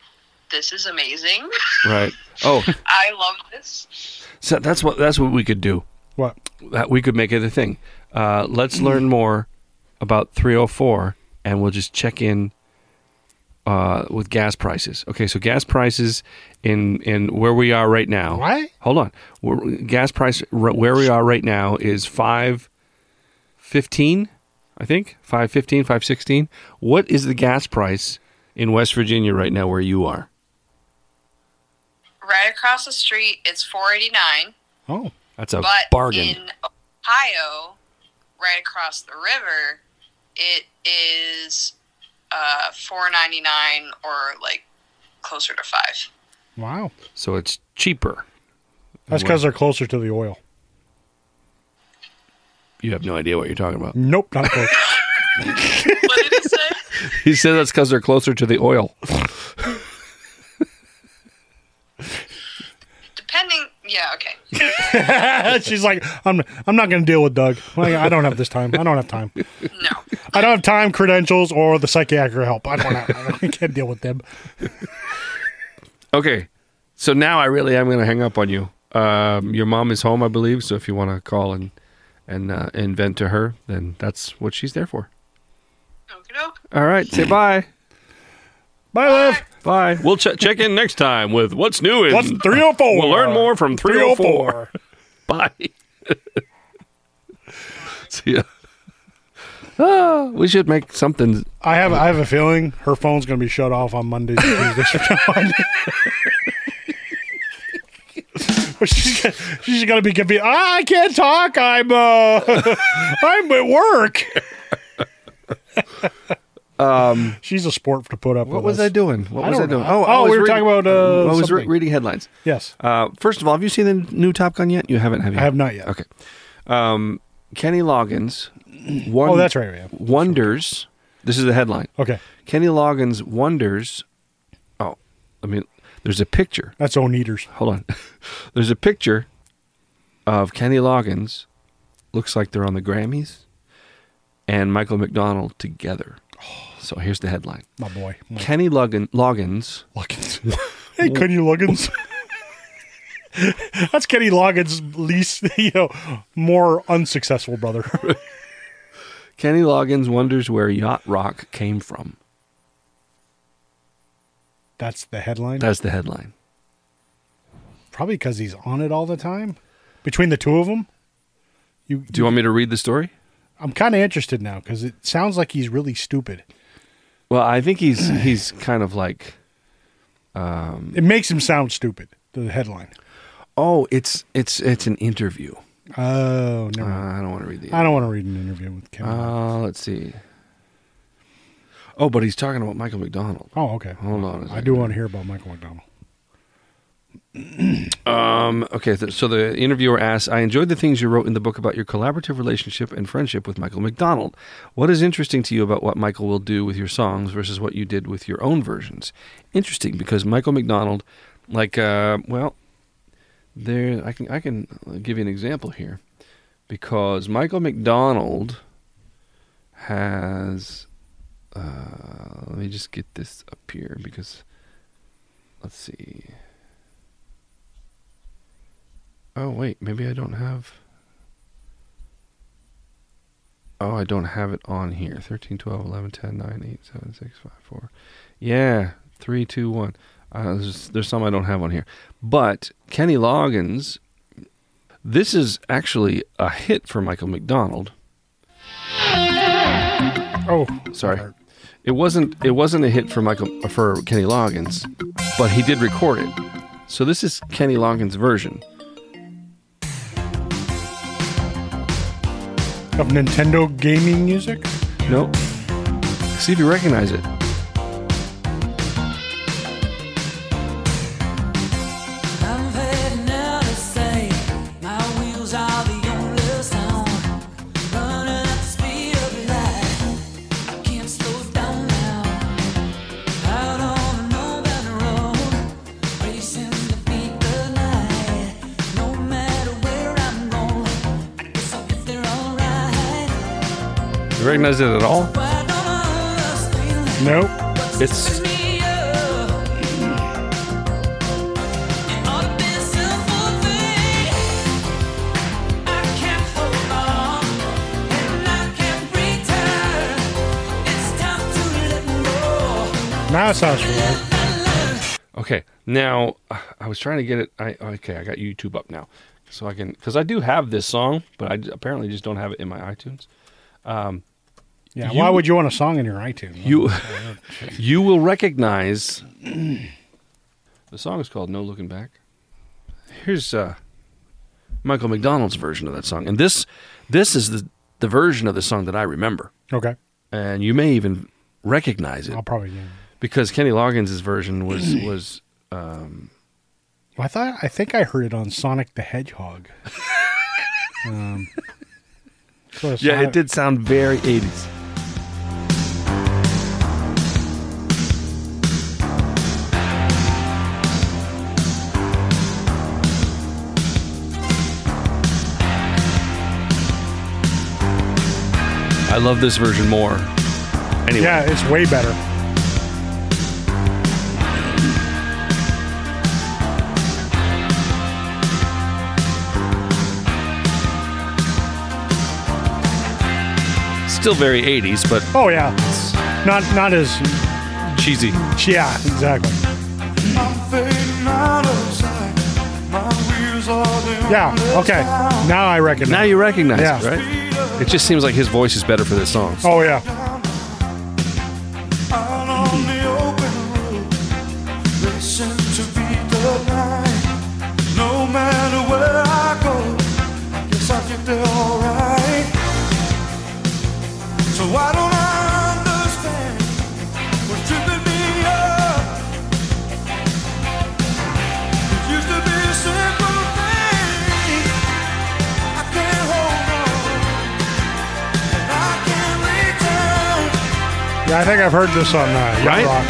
Speaker 8: this is amazing
Speaker 1: right. Oh,
Speaker 8: i love this
Speaker 1: so that's what that's what we could do.
Speaker 5: What?
Speaker 1: That we could make it a thing. Uh, let's learn more about 304, and we'll just check in uh, with gas prices. Okay, so gas prices in in where we are right now.
Speaker 5: What?
Speaker 1: Hold on. We're, gas price r- where we are right now is five fifteen, I think five fifteen, five sixteen. What is the gas price in West Virginia right now where you are?
Speaker 8: right across the street it's 489
Speaker 5: Oh,
Speaker 1: That's a
Speaker 8: but
Speaker 1: bargain.
Speaker 8: in Ohio, right across the river, it is uh, four ninety nine or like closer to five.
Speaker 5: wow.
Speaker 1: so it's cheaper.
Speaker 5: That's because they're closer to the oil.
Speaker 1: You have no idea what you're talking about.
Speaker 5: Nope, not close.
Speaker 8: What did he say?
Speaker 1: He said that's because they're closer to the oil.
Speaker 8: Depending, yeah, okay.
Speaker 5: She's like, I'm I'm not going to deal with Doug. Like, I don't have this time. I don't have time.
Speaker 8: No,
Speaker 5: I don't have time, credentials, or the psychiatric help. I don't have. I can't deal with them.
Speaker 1: Okay, so now I really am going to hang up on you. Um, your mom is home, I believe. So if you want to call and and uh, and vent to her, then that's what she's there for.
Speaker 8: okie doke.
Speaker 1: All right, say bye.
Speaker 5: Bye, Liv.
Speaker 1: Bye. We'll ch- check in next time with what's new. In-
Speaker 5: What's 304?
Speaker 1: We'll learn more oh from 304. Bye. See ya. Ah, we should make something.
Speaker 5: I have I have a feeling her phone's going to be shut off on Mondays and Tuesdays from now on. Or she's gonna, she's gonna be confused. I can't talk. I'm uh, I'm at work. um, she's a sport to put up.
Speaker 1: What
Speaker 5: with
Speaker 1: was
Speaker 5: us.
Speaker 1: I doing? What
Speaker 5: I
Speaker 1: was I
Speaker 5: don't
Speaker 1: doing?
Speaker 5: know.
Speaker 1: I
Speaker 5: Oh,
Speaker 1: was
Speaker 5: we were talking about, uh,
Speaker 1: I was re-
Speaker 5: something.
Speaker 1: reading headlines.
Speaker 5: Yes,
Speaker 1: Uh, first of all, have you seen the new Top Gun yet? You haven't, have you?
Speaker 5: I have not yet.
Speaker 1: Okay. Um, Kenny Loggins. Won-
Speaker 5: Oh, that's right. Yeah.
Speaker 1: Wonders. This is the headline.
Speaker 5: Okay,
Speaker 1: Kenny Loggins wonders. Oh, I mean, there's a picture.
Speaker 5: that's own eaters.
Speaker 1: Hold on. there's a picture of Kenny Loggins. Looks like they're on the Grammys, and Michael McDonald together. So here's the headline:
Speaker 5: My boy, My
Speaker 1: Kenny Loggin- Loggins.
Speaker 5: Loggins. hey, Kenny Loggins. that's Kenny Loggins' least, you know, more unsuccessful brother.
Speaker 1: Kenny Loggins wonders where yacht rock came from.
Speaker 5: that's the headline.
Speaker 1: That's the headline.
Speaker 5: Probably because he's on it all the time. Between the two of them, you,
Speaker 1: Do you want me to read the story?
Speaker 5: I'm kind of interested now because it sounds like he's really stupid.
Speaker 1: Well, I think he's he's kind of like
Speaker 5: It makes him sound stupid. The headline.
Speaker 1: Oh, it's it's it's an interview.
Speaker 5: Oh, never.
Speaker 1: Uh,
Speaker 5: mind.
Speaker 1: I don't want to read the.
Speaker 5: I don't want to read an interview with Kevin.
Speaker 1: Uh, let's see. Oh, but he's talking about Michael McDonald.
Speaker 5: oh, okay.
Speaker 1: Hold on. a
Speaker 5: I
Speaker 1: second.
Speaker 5: do want to hear about Michael McDonald.
Speaker 1: Um, okay, th- so the interviewer asks, "I enjoyed the things you wrote in the book about your collaborative relationship and friendship with Michael McDonald. What is interesting to you about what Michael will do with your songs versus what you did with your own versions? Interesting because Michael McDonald, like, uh, well, there, I can I can give you an example here, because Michael McDonald has. Uh, let me just get this up here because, let's see. Oh wait, maybe I don't have. Oh, I don't have it on here. 13, 12, 11, 10, 9, 8, 7, 6, 5, 4. Yeah, 3, 2, 1. Uh, there's, there's some I don't have on here. But Kenny Loggins, this is actually a hit for Michael McDonald.
Speaker 5: Oh,
Speaker 1: Sorry. It wasn't it wasn't a hit for Michael for Kenny Loggins, but he did record it. So this is Kenny Loggins' version.
Speaker 5: of Nintendo gaming music.
Speaker 1: No. See if you recognize it. You recognize it at all?
Speaker 5: Nope.
Speaker 1: It's
Speaker 5: Now it sounds familiar.
Speaker 1: okay. Now uh, I was trying to get it. I okay. I got YouTube up now, so I can because I do have this song, but I j- apparently just don't have it in my iTunes.
Speaker 5: Yeah.
Speaker 1: You-
Speaker 5: why would you want a song in your iTunes?
Speaker 1: You you will recognize the song is called "No Looking Back." Here's uh, Michael McDonald's version of that song, and this this is the the version of the song that I remember,
Speaker 5: okay.
Speaker 1: and you may even recognize it
Speaker 5: I'll probably. Yeah.
Speaker 1: because Kenny Loggins' version was was
Speaker 5: Well, I thought I think I heard it on Sonic the Hedgehog. um, so it's
Speaker 1: yeah,
Speaker 5: not-
Speaker 1: it did sound very eighties. I love this version more. Anyway,
Speaker 5: Yeah, it's way better.
Speaker 1: still very 80s, but
Speaker 5: Oh yeah, not not as
Speaker 1: cheesy.
Speaker 5: yeah exactly. Yeah, okay. Now I recognize.
Speaker 1: Now you recognize it,
Speaker 5: Yeah.
Speaker 1: right? It just seems like his voice is better for this song.
Speaker 5: Oh yeah,
Speaker 9: Out on the open road, racing to beat the night. No matter where I go, I guess I get there alright. So why don't I understand what's tripping me up? It used to be a simple thing. I can't hold on, and I can't reach out.
Speaker 5: yeah. I think I've heard this on uh, Yacht
Speaker 1: Right?
Speaker 5: Rock.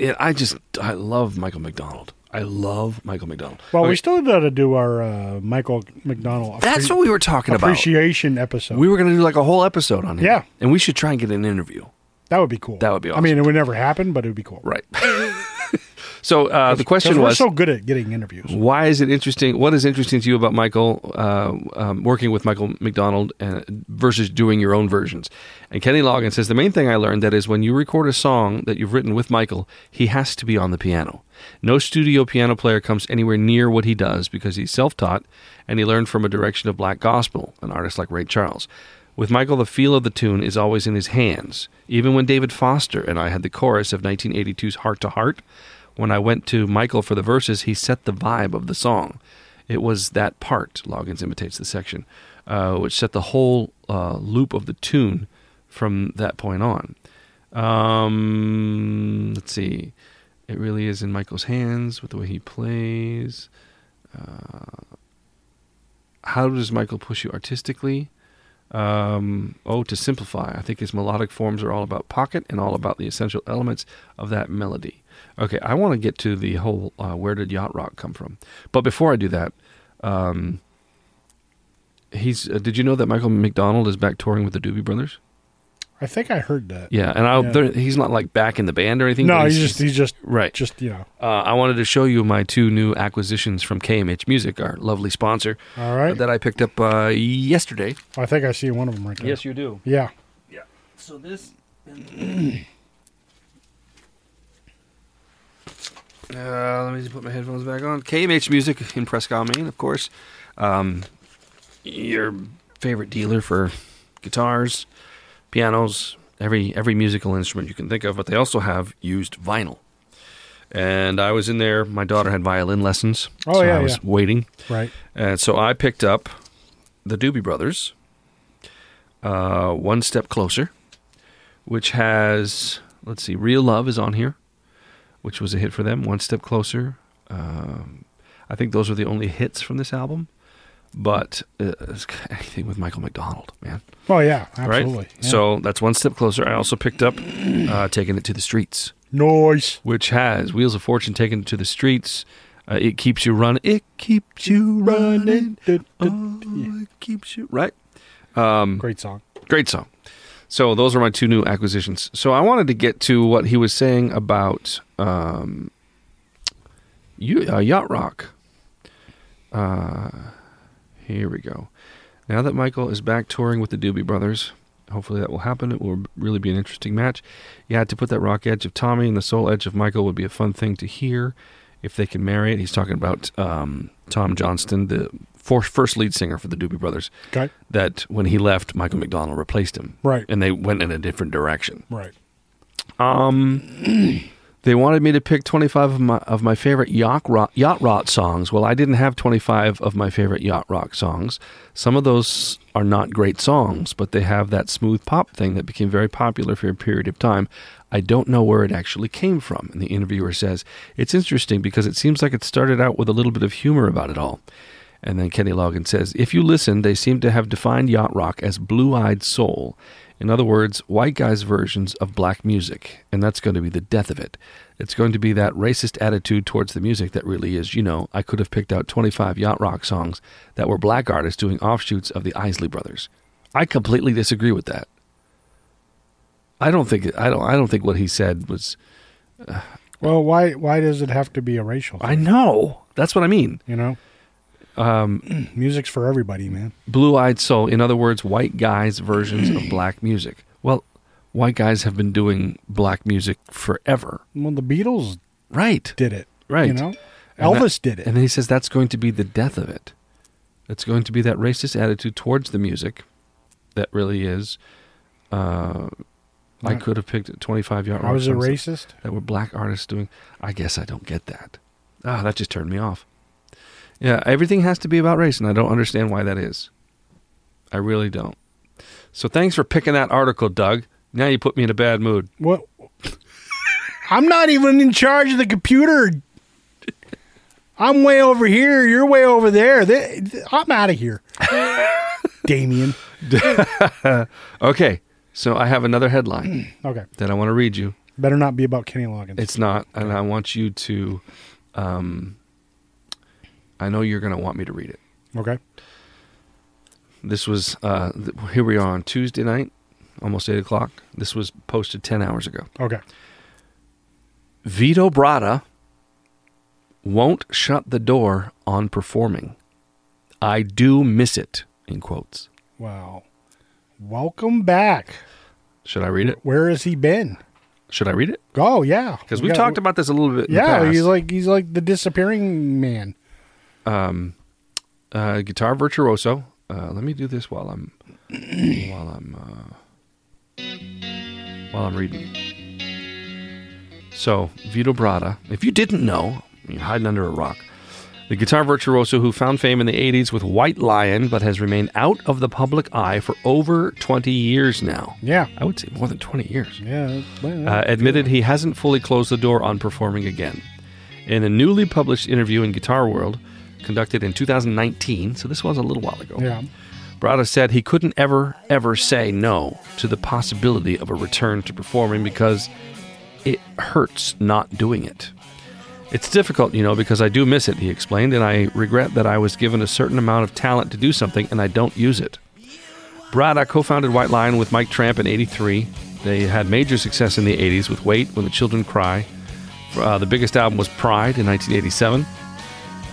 Speaker 5: Yeah,
Speaker 1: I, I just, I love Michael McDonald. I love Michael McDonald.
Speaker 5: well,
Speaker 1: Okay,
Speaker 5: we still got to do our uh, Michael McDonald.
Speaker 1: that's
Speaker 5: appre-
Speaker 1: what we were talking about.
Speaker 5: appreciation episode.
Speaker 1: We were going to do like a whole episode on him.
Speaker 5: Yeah.
Speaker 1: And we should try and get an interview.
Speaker 5: that would be cool.
Speaker 1: That would be
Speaker 5: I
Speaker 1: awesome.
Speaker 5: mean, it would never happen, but it would be cool.
Speaker 1: Right. so uh, the
Speaker 5: 'Cause
Speaker 1: question
Speaker 5: we're
Speaker 1: was
Speaker 5: so good at getting interviews.
Speaker 1: why is it interesting? What is interesting to you about Michael uh, um, working with Michael McDonald uh, versus doing your own versions? And Kenny Loggins says the main thing I learned that is when you record a song that you've written with Michael, he has to be on the piano. No studio piano player comes anywhere near what he does because he's self-taught and he learned from a direction of black gospel, an artist like Ray Charles. With Michael, the feel of the tune is always in his hands. Even when David Foster and I had the chorus of 1982's Heart to Heart, when I went to Michael for the verses, he set the vibe of the song. It was that part, Loggins imitates the section, uh, which set the whole uh, loop of the tune from that point on. Um, let's see. It really is in Michael's hands with the way he plays. Uh, how does Michael push you artistically? Um, oh, to simplify, I think his melodic forms are all about pocket and all about the essential elements of that melody. Okay, I want to get to the whole uh, where did yacht rock come from, but before I do that, um, he's. Uh, did you know that Michael McDonald is back touring with the Doobie Brothers?
Speaker 5: I think I heard that.
Speaker 1: Yeah, and I,
Speaker 5: Yeah.
Speaker 1: there he's not like back in the band or anything.
Speaker 5: No,
Speaker 1: but
Speaker 5: he's just he's just
Speaker 1: right.
Speaker 5: Just you know.
Speaker 1: Uh, I wanted to show you my two new acquisitions from KMH Music, our lovely sponsor,
Speaker 5: All right.
Speaker 1: that I picked up uh, yesterday.
Speaker 5: I think I see one of them right there.
Speaker 1: you do.
Speaker 5: Yeah.
Speaker 7: So this
Speaker 1: Uh, let me just put my headphones back on. KMH Music in Prescott, Maine, of course. Um, your favorite dealer for guitars, pianos, every every musical instrument you can think of. But they also have used vinyl. And I was in there. My daughter had violin lessons,
Speaker 5: Oh,
Speaker 1: so
Speaker 5: yeah,
Speaker 1: I was
Speaker 5: yeah.
Speaker 1: waiting.
Speaker 5: Right.
Speaker 1: And so I picked up the Doobie Brothers, uh, One Step Closer, which has, let's see, Real Love is on here, which was a hit for them. One Step Closer. Um, I think those are the only hits from this album. But uh, it's anything with Michael McDonald, man.
Speaker 5: Oh yeah.
Speaker 1: Right?
Speaker 5: Absolutely. Yeah.
Speaker 1: So that's One Step Closer. I also picked up uh, Taking It to the Streets
Speaker 5: noise.
Speaker 1: which has Wheels of Fortune taken to the streets. Uh, it keeps you running. It keeps you running. Oh, it keeps you right.
Speaker 5: Great song.
Speaker 1: Great song. So those are my two new acquisitions. So I wanted to get to what he was saying about um, you, uh, yacht rock. Uh, here we go. Now that Michael is back touring with the Doobie Brothers, hopefully that will happen. It will really be an interesting match. Yeah, to put that rock edge of Tommy and the soul edge of Michael would be a fun thing to hear if they can marry it. He's talking about um, Tom Johnston, the for- first lead singer for the Doobie Brothers
Speaker 5: Okay.
Speaker 1: that when he left, Michael McDonald replaced him.
Speaker 5: Right.
Speaker 1: And they went in a different direction.
Speaker 5: Right.
Speaker 1: They wanted me to pick 25 of my, of my favorite yacht rock, yacht rock songs. Well, I didn't have 25 of my favorite yacht rock songs. Some of those are not great songs, but they have that smooth pop thing that became very popular for a period of time. I don't know where it actually came from. And the interviewer says, It's interesting because it seems like it started out with a little bit of humor about it all. And then Kenny Loggins says, if you listen, they seem to have defined yacht rock as blue eyed soul. In other words, white guys' versions of black music. And that's going to be the death of it. It's going to be that racist attitude towards the music that really is, you know, I could have picked out 25 yacht rock songs that were black artists doing offshoots of the Isley Brothers. I completely disagree with that. I don't think I don't I don't think what he said was
Speaker 5: Well, why why does it have to be a racial? Thing,
Speaker 1: I know. That's what I mean.
Speaker 5: you know. Um, music's for everybody, man.
Speaker 1: Blue Eyed Soul, in other words, white guys' versions of black music. Well, white guys have been doing black music forever.
Speaker 5: Well, the Beatles
Speaker 1: Right.
Speaker 5: did it.
Speaker 1: Right.
Speaker 5: You know,
Speaker 1: And
Speaker 5: Elvis
Speaker 1: that-
Speaker 5: did it.
Speaker 1: And then he says that's going to be the death of it. It's going to be that racist attitude towards the music that really is. Uh, I
Speaker 5: Right.
Speaker 1: could have picked 25 yard
Speaker 5: How is it
Speaker 1: songs
Speaker 5: racist?
Speaker 1: that were black artists doing. I guess I don't get that. Ah, that just turned me off. Yeah, everything has to be about race, and I don't understand why that is. I really don't. So thanks for picking that article, Doug. Now you put me in a bad mood.
Speaker 5: What? I'm not even in charge of the computer. I'm way over here. You're way over there. They- I'm out of here. Damien.
Speaker 1: Okay, so I have another headline
Speaker 5: Okay.
Speaker 1: that I want to read you.
Speaker 5: Better not be about Kenny Loggins.
Speaker 1: It's not, and I want you to. Um, I know you're going to want me to read it.
Speaker 5: okay.
Speaker 1: This was uh, th- here we are on Tuesday night, almost eight o'clock. This was posted ten hours ago.
Speaker 5: Okay.
Speaker 1: Vito Bratta won't shut the door on performing. I do miss it. In quotes.
Speaker 5: Wow. Welcome back.
Speaker 1: Should I read it?
Speaker 5: Where has he been?
Speaker 1: Should I read it?
Speaker 5: Oh yeah.
Speaker 1: Because we've talked about this a little bit. In the
Speaker 5: Yeah,
Speaker 1: past.
Speaker 5: he's like he's like the disappearing man.
Speaker 1: uh, guitar virtuoso. Uh, let me do this while I'm while I'm uh, while I'm reading. So Vito Bratta, if you didn't know, you're hiding under a rock. The guitar virtuoso who found fame in the 80s with White Lion, but has remained out of the public eye for over 20 years now.
Speaker 5: Yeah.
Speaker 1: I would say more than 20 years
Speaker 5: Yeah. well,
Speaker 1: uh, admitted he hasn't fully closed the door on performing again. In a newly published interview in Guitar World, conducted in 2019, so this was a little while ago,
Speaker 5: yeah.
Speaker 1: Brada said he couldn't ever, ever say no to the possibility of a return to performing because it hurts not doing it. It's difficult, you know, because I do miss it, he explained, and I regret that I was given a certain amount of talent to do something and I don't use it. Brada co founded White Lion with Mike Tramp in 83. They had major success in the 80s with Wait, When the Children Cry. Uh, the biggest album was Pride in 1987.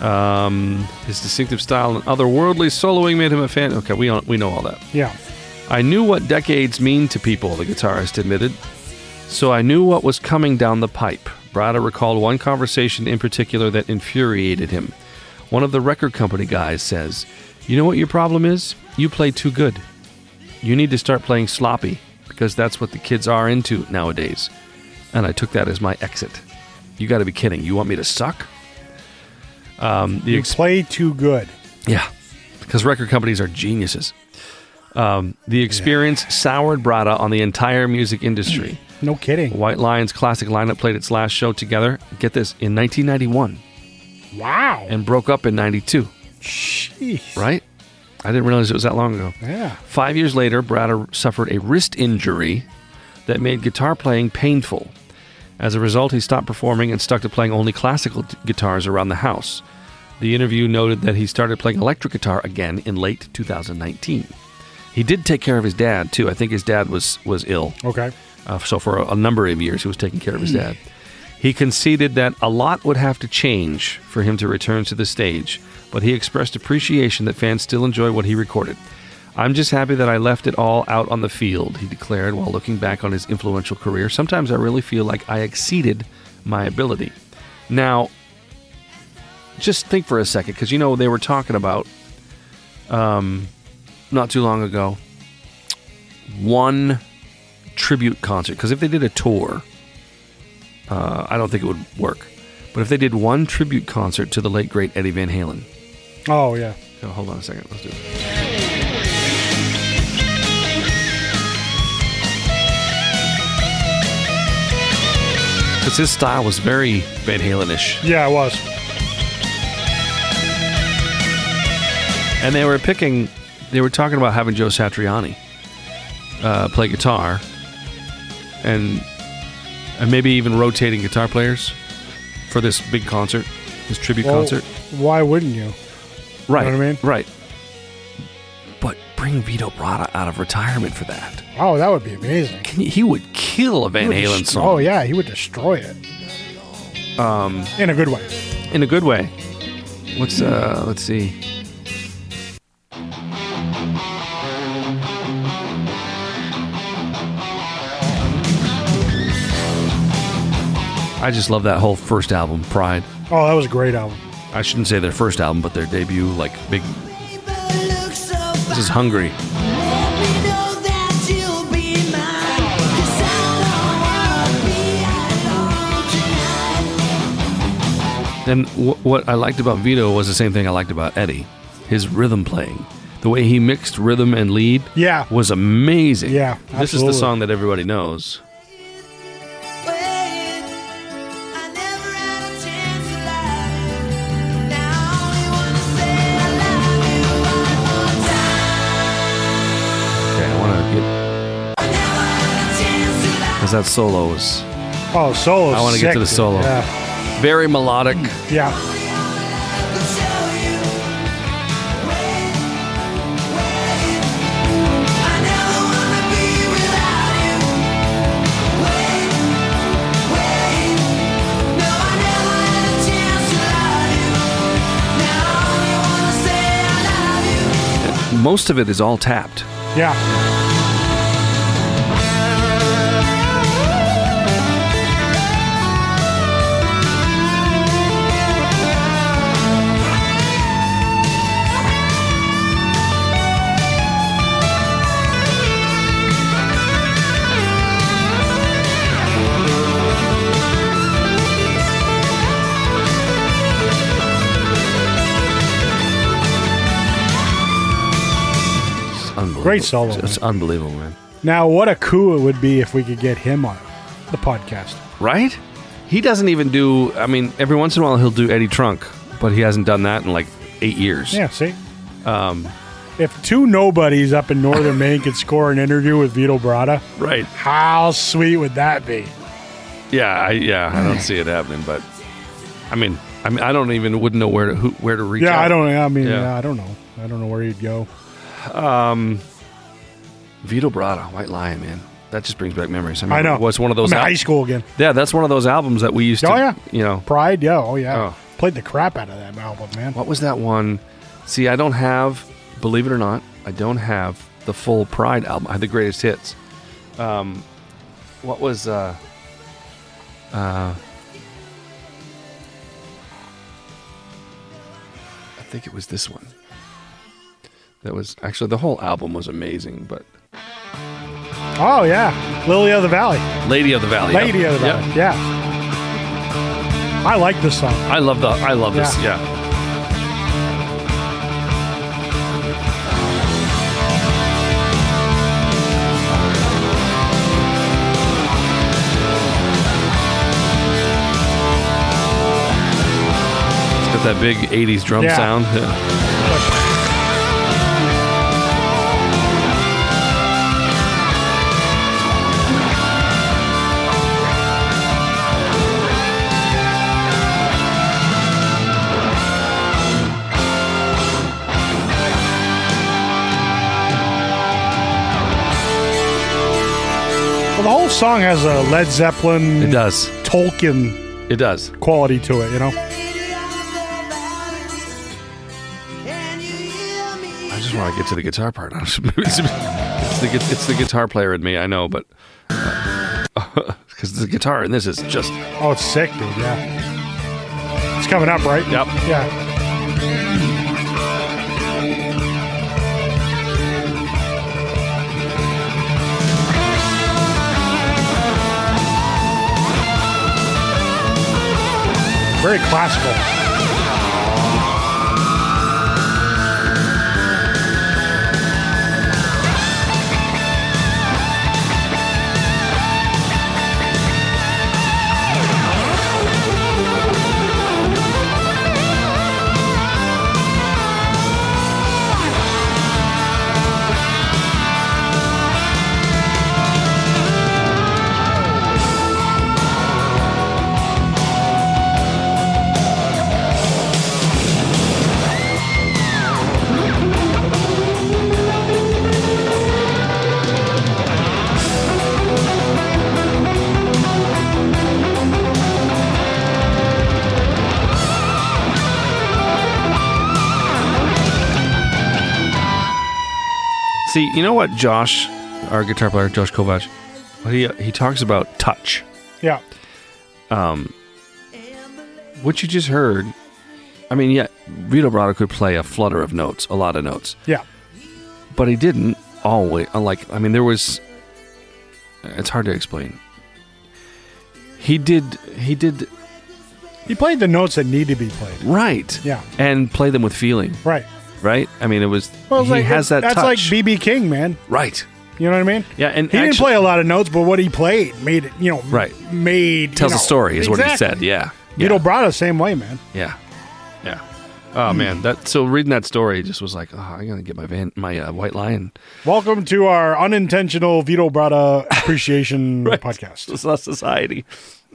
Speaker 1: Um, his distinctive style and otherworldly soloing made him a fan. Okay, we, all- we know all that.
Speaker 5: Yeah.
Speaker 1: I knew what decades mean to people, the guitarist admitted. So I knew what was coming down the pipe. Brada recalled one conversation in particular that infuriated him. One of the record company guys says, You know what your problem is? You play too good. You need to start playing sloppy, because that's what the kids are into nowadays. And I took that as my exit. You gotta be kidding. You want me to suck? Um, the
Speaker 5: You
Speaker 1: ex-
Speaker 5: play too good.
Speaker 1: yeah, because record companies are geniuses. Um, the experience soured Brada on the entire music industry.
Speaker 5: No kidding.
Speaker 1: White Lion's classic lineup played its last show together, get this, in 1991
Speaker 5: Wow.
Speaker 1: and broke up in 92,
Speaker 5: Jeez.
Speaker 1: right? I didn't realize it was that long ago.
Speaker 5: Yeah.
Speaker 1: Five years later, Brada suffered a wrist injury that made guitar playing painful. As a result, he stopped performing and stuck to playing only classical t- guitars around the house. The interview noted that he started playing electric guitar again in late 2019. He did take care of his dad too. I think his dad was was ill,
Speaker 5: Okay.
Speaker 1: uh, so for a, a number of years he was taking care of his dad. He conceded that a lot would have to change for him to return to the stage, but he expressed appreciation that fans still enjoy what he recorded. I'm just happy that I left it all out on the field, he declared while looking back on his influential career. Sometimes I really feel like I exceeded my ability. Now, just think for a second, because you know they were talking about um, not too long ago one tribute concert. Because if they did a tour, uh, I don't think it would work. But if they did one tribute concert to the late great Eddie Van Halen,
Speaker 5: Oh yeah.
Speaker 1: Oh, hold on a second. Let's do it. Because his style was very Van Halenish,
Speaker 5: Yeah, it was.
Speaker 1: and they were picking. They were talking about having Joe Satriani uh, play guitar, and and maybe even rotating guitar players for this big concert, this tribute
Speaker 5: Well,
Speaker 1: concert.
Speaker 5: Why wouldn't you?
Speaker 1: Right.
Speaker 5: what I mean?
Speaker 1: Right. But bring Vito Bratta out of retirement for that.
Speaker 5: Oh, that would be amazing.
Speaker 1: Can you, he would kill a Van
Speaker 5: He would
Speaker 1: Halen
Speaker 5: dest-
Speaker 1: song.
Speaker 5: Oh yeah, he would destroy it. Um, in a good way.
Speaker 1: In a good way. What's uh? Let's see. I just love that whole first album, Pride.
Speaker 5: Oh, that was a great album.
Speaker 1: I shouldn't say their first album, but their debut, like big hungry. And wh- what I liked about Vito was the same thing I liked about Eddie his rhythm playing. The way he mixed rhythm and lead
Speaker 5: Yeah.
Speaker 1: was amazing.
Speaker 5: Yeah,
Speaker 1: This is the
Speaker 5: absolutely.
Speaker 1: song that everybody knows. Okay, I want to get. Because that solo is
Speaker 5: Oh, solo.
Speaker 1: I wanna get to the solo.
Speaker 5: Yeah.
Speaker 1: very melodic.
Speaker 5: yeah.
Speaker 1: Most of it is all tapped.
Speaker 5: Yeah.
Speaker 1: It's unbelievable.
Speaker 5: Great solo,
Speaker 1: It's, it's unbelievable, man.
Speaker 5: Now, what a coup it would be if we could get him on the podcast.
Speaker 1: Right? He doesn't even do. I mean, every once in a while he'll do Eddie Trunk, but he hasn't done that in like eight years.
Speaker 5: Yeah, see? Um, if two nobodies up in northern Maine could score an interview with Vito Brada,
Speaker 1: Right.
Speaker 5: how sweet would that be?
Speaker 1: Yeah. I, yeah. I don't see it happening, but I mean, I mean, I don't even wouldn't know where to who, where to reach.
Speaker 5: Yeah,
Speaker 1: out.
Speaker 5: I don't. I mean,
Speaker 1: Yeah.
Speaker 5: I don't know. I don't know where he'd go.
Speaker 1: Vito Brada, White Lion, man. That just brings back memories. I, mean,
Speaker 5: I know.
Speaker 1: Was one of those.
Speaker 5: I'm in
Speaker 1: al-
Speaker 5: high school again.
Speaker 1: Yeah, that's one of those albums that we used to.
Speaker 5: Oh, yeah.
Speaker 1: You know,
Speaker 5: Pride, yeah, oh yeah.
Speaker 1: Oh.
Speaker 5: Played the crap out of that album, man.
Speaker 1: what was that one? See, I don't have, believe it or not, I don't have the full Pride album. I have the greatest hits. Um, what was uh, uh, I think it was this one. That was actually the whole album was amazing, but
Speaker 5: Oh yeah, Lily of the Valley,
Speaker 1: Lady of the Valley.
Speaker 5: Lady
Speaker 1: yeah.
Speaker 5: of the Valley.
Speaker 1: Yeah.
Speaker 5: Yeah, I like this song.
Speaker 1: I love the. I love this.
Speaker 5: Yeah.
Speaker 1: Yeah. It's got That big '80s drum
Speaker 5: Yeah.
Speaker 1: sound. Yeah.
Speaker 5: Well, the whole song has a Led Zeppelin,
Speaker 1: It does.
Speaker 5: Tolkien
Speaker 1: It does.
Speaker 5: quality to it. You know,
Speaker 1: I just want to get to the guitar part. it's, the, gu- it's the guitar player in me. I know, but because the guitar in this is just
Speaker 5: oh, it's sick, dude. Yeah, it's coming up, right?
Speaker 1: Yep.
Speaker 5: Yeah. Very classical.
Speaker 1: See, you know what, Josh, our guitar player, Josh Kovac, what he he talks about touch. Um,
Speaker 5: Yeah.
Speaker 1: What you just heard, I mean, yeah, Vito Brada could play a flutter of notes, a lot of notes,
Speaker 5: Yeah.
Speaker 1: but he didn't always. uh, Like, I mean, there was. It's hard to explain. He did. He did
Speaker 5: He played the notes that need to be played.
Speaker 1: right.
Speaker 5: Yeah.
Speaker 1: and play them with feeling.
Speaker 5: Right.
Speaker 1: Right. I mean, it was.
Speaker 5: Well, it's
Speaker 1: he
Speaker 5: like,
Speaker 1: has that.
Speaker 5: That's
Speaker 1: touch.
Speaker 5: like BB King, man.
Speaker 1: right.
Speaker 5: You know what I mean?
Speaker 1: Yeah, and
Speaker 5: he didn't
Speaker 1: actually-
Speaker 5: play a lot of notes, but what he played made it. You know,
Speaker 1: Right.
Speaker 5: Made
Speaker 1: Tells a
Speaker 5: you know.
Speaker 1: story is what he
Speaker 5: Exactly.
Speaker 1: said. Yeah. yeah.
Speaker 5: Vito Brada, same way, man.
Speaker 1: Yeah, yeah.
Speaker 5: Hmm.
Speaker 1: Oh man, that so reading that story just was like, oh, I'm gonna get my van, my uh, white lion.
Speaker 5: Welcome to our unintentional Vito Brada appreciation podcast.
Speaker 1: It's not society.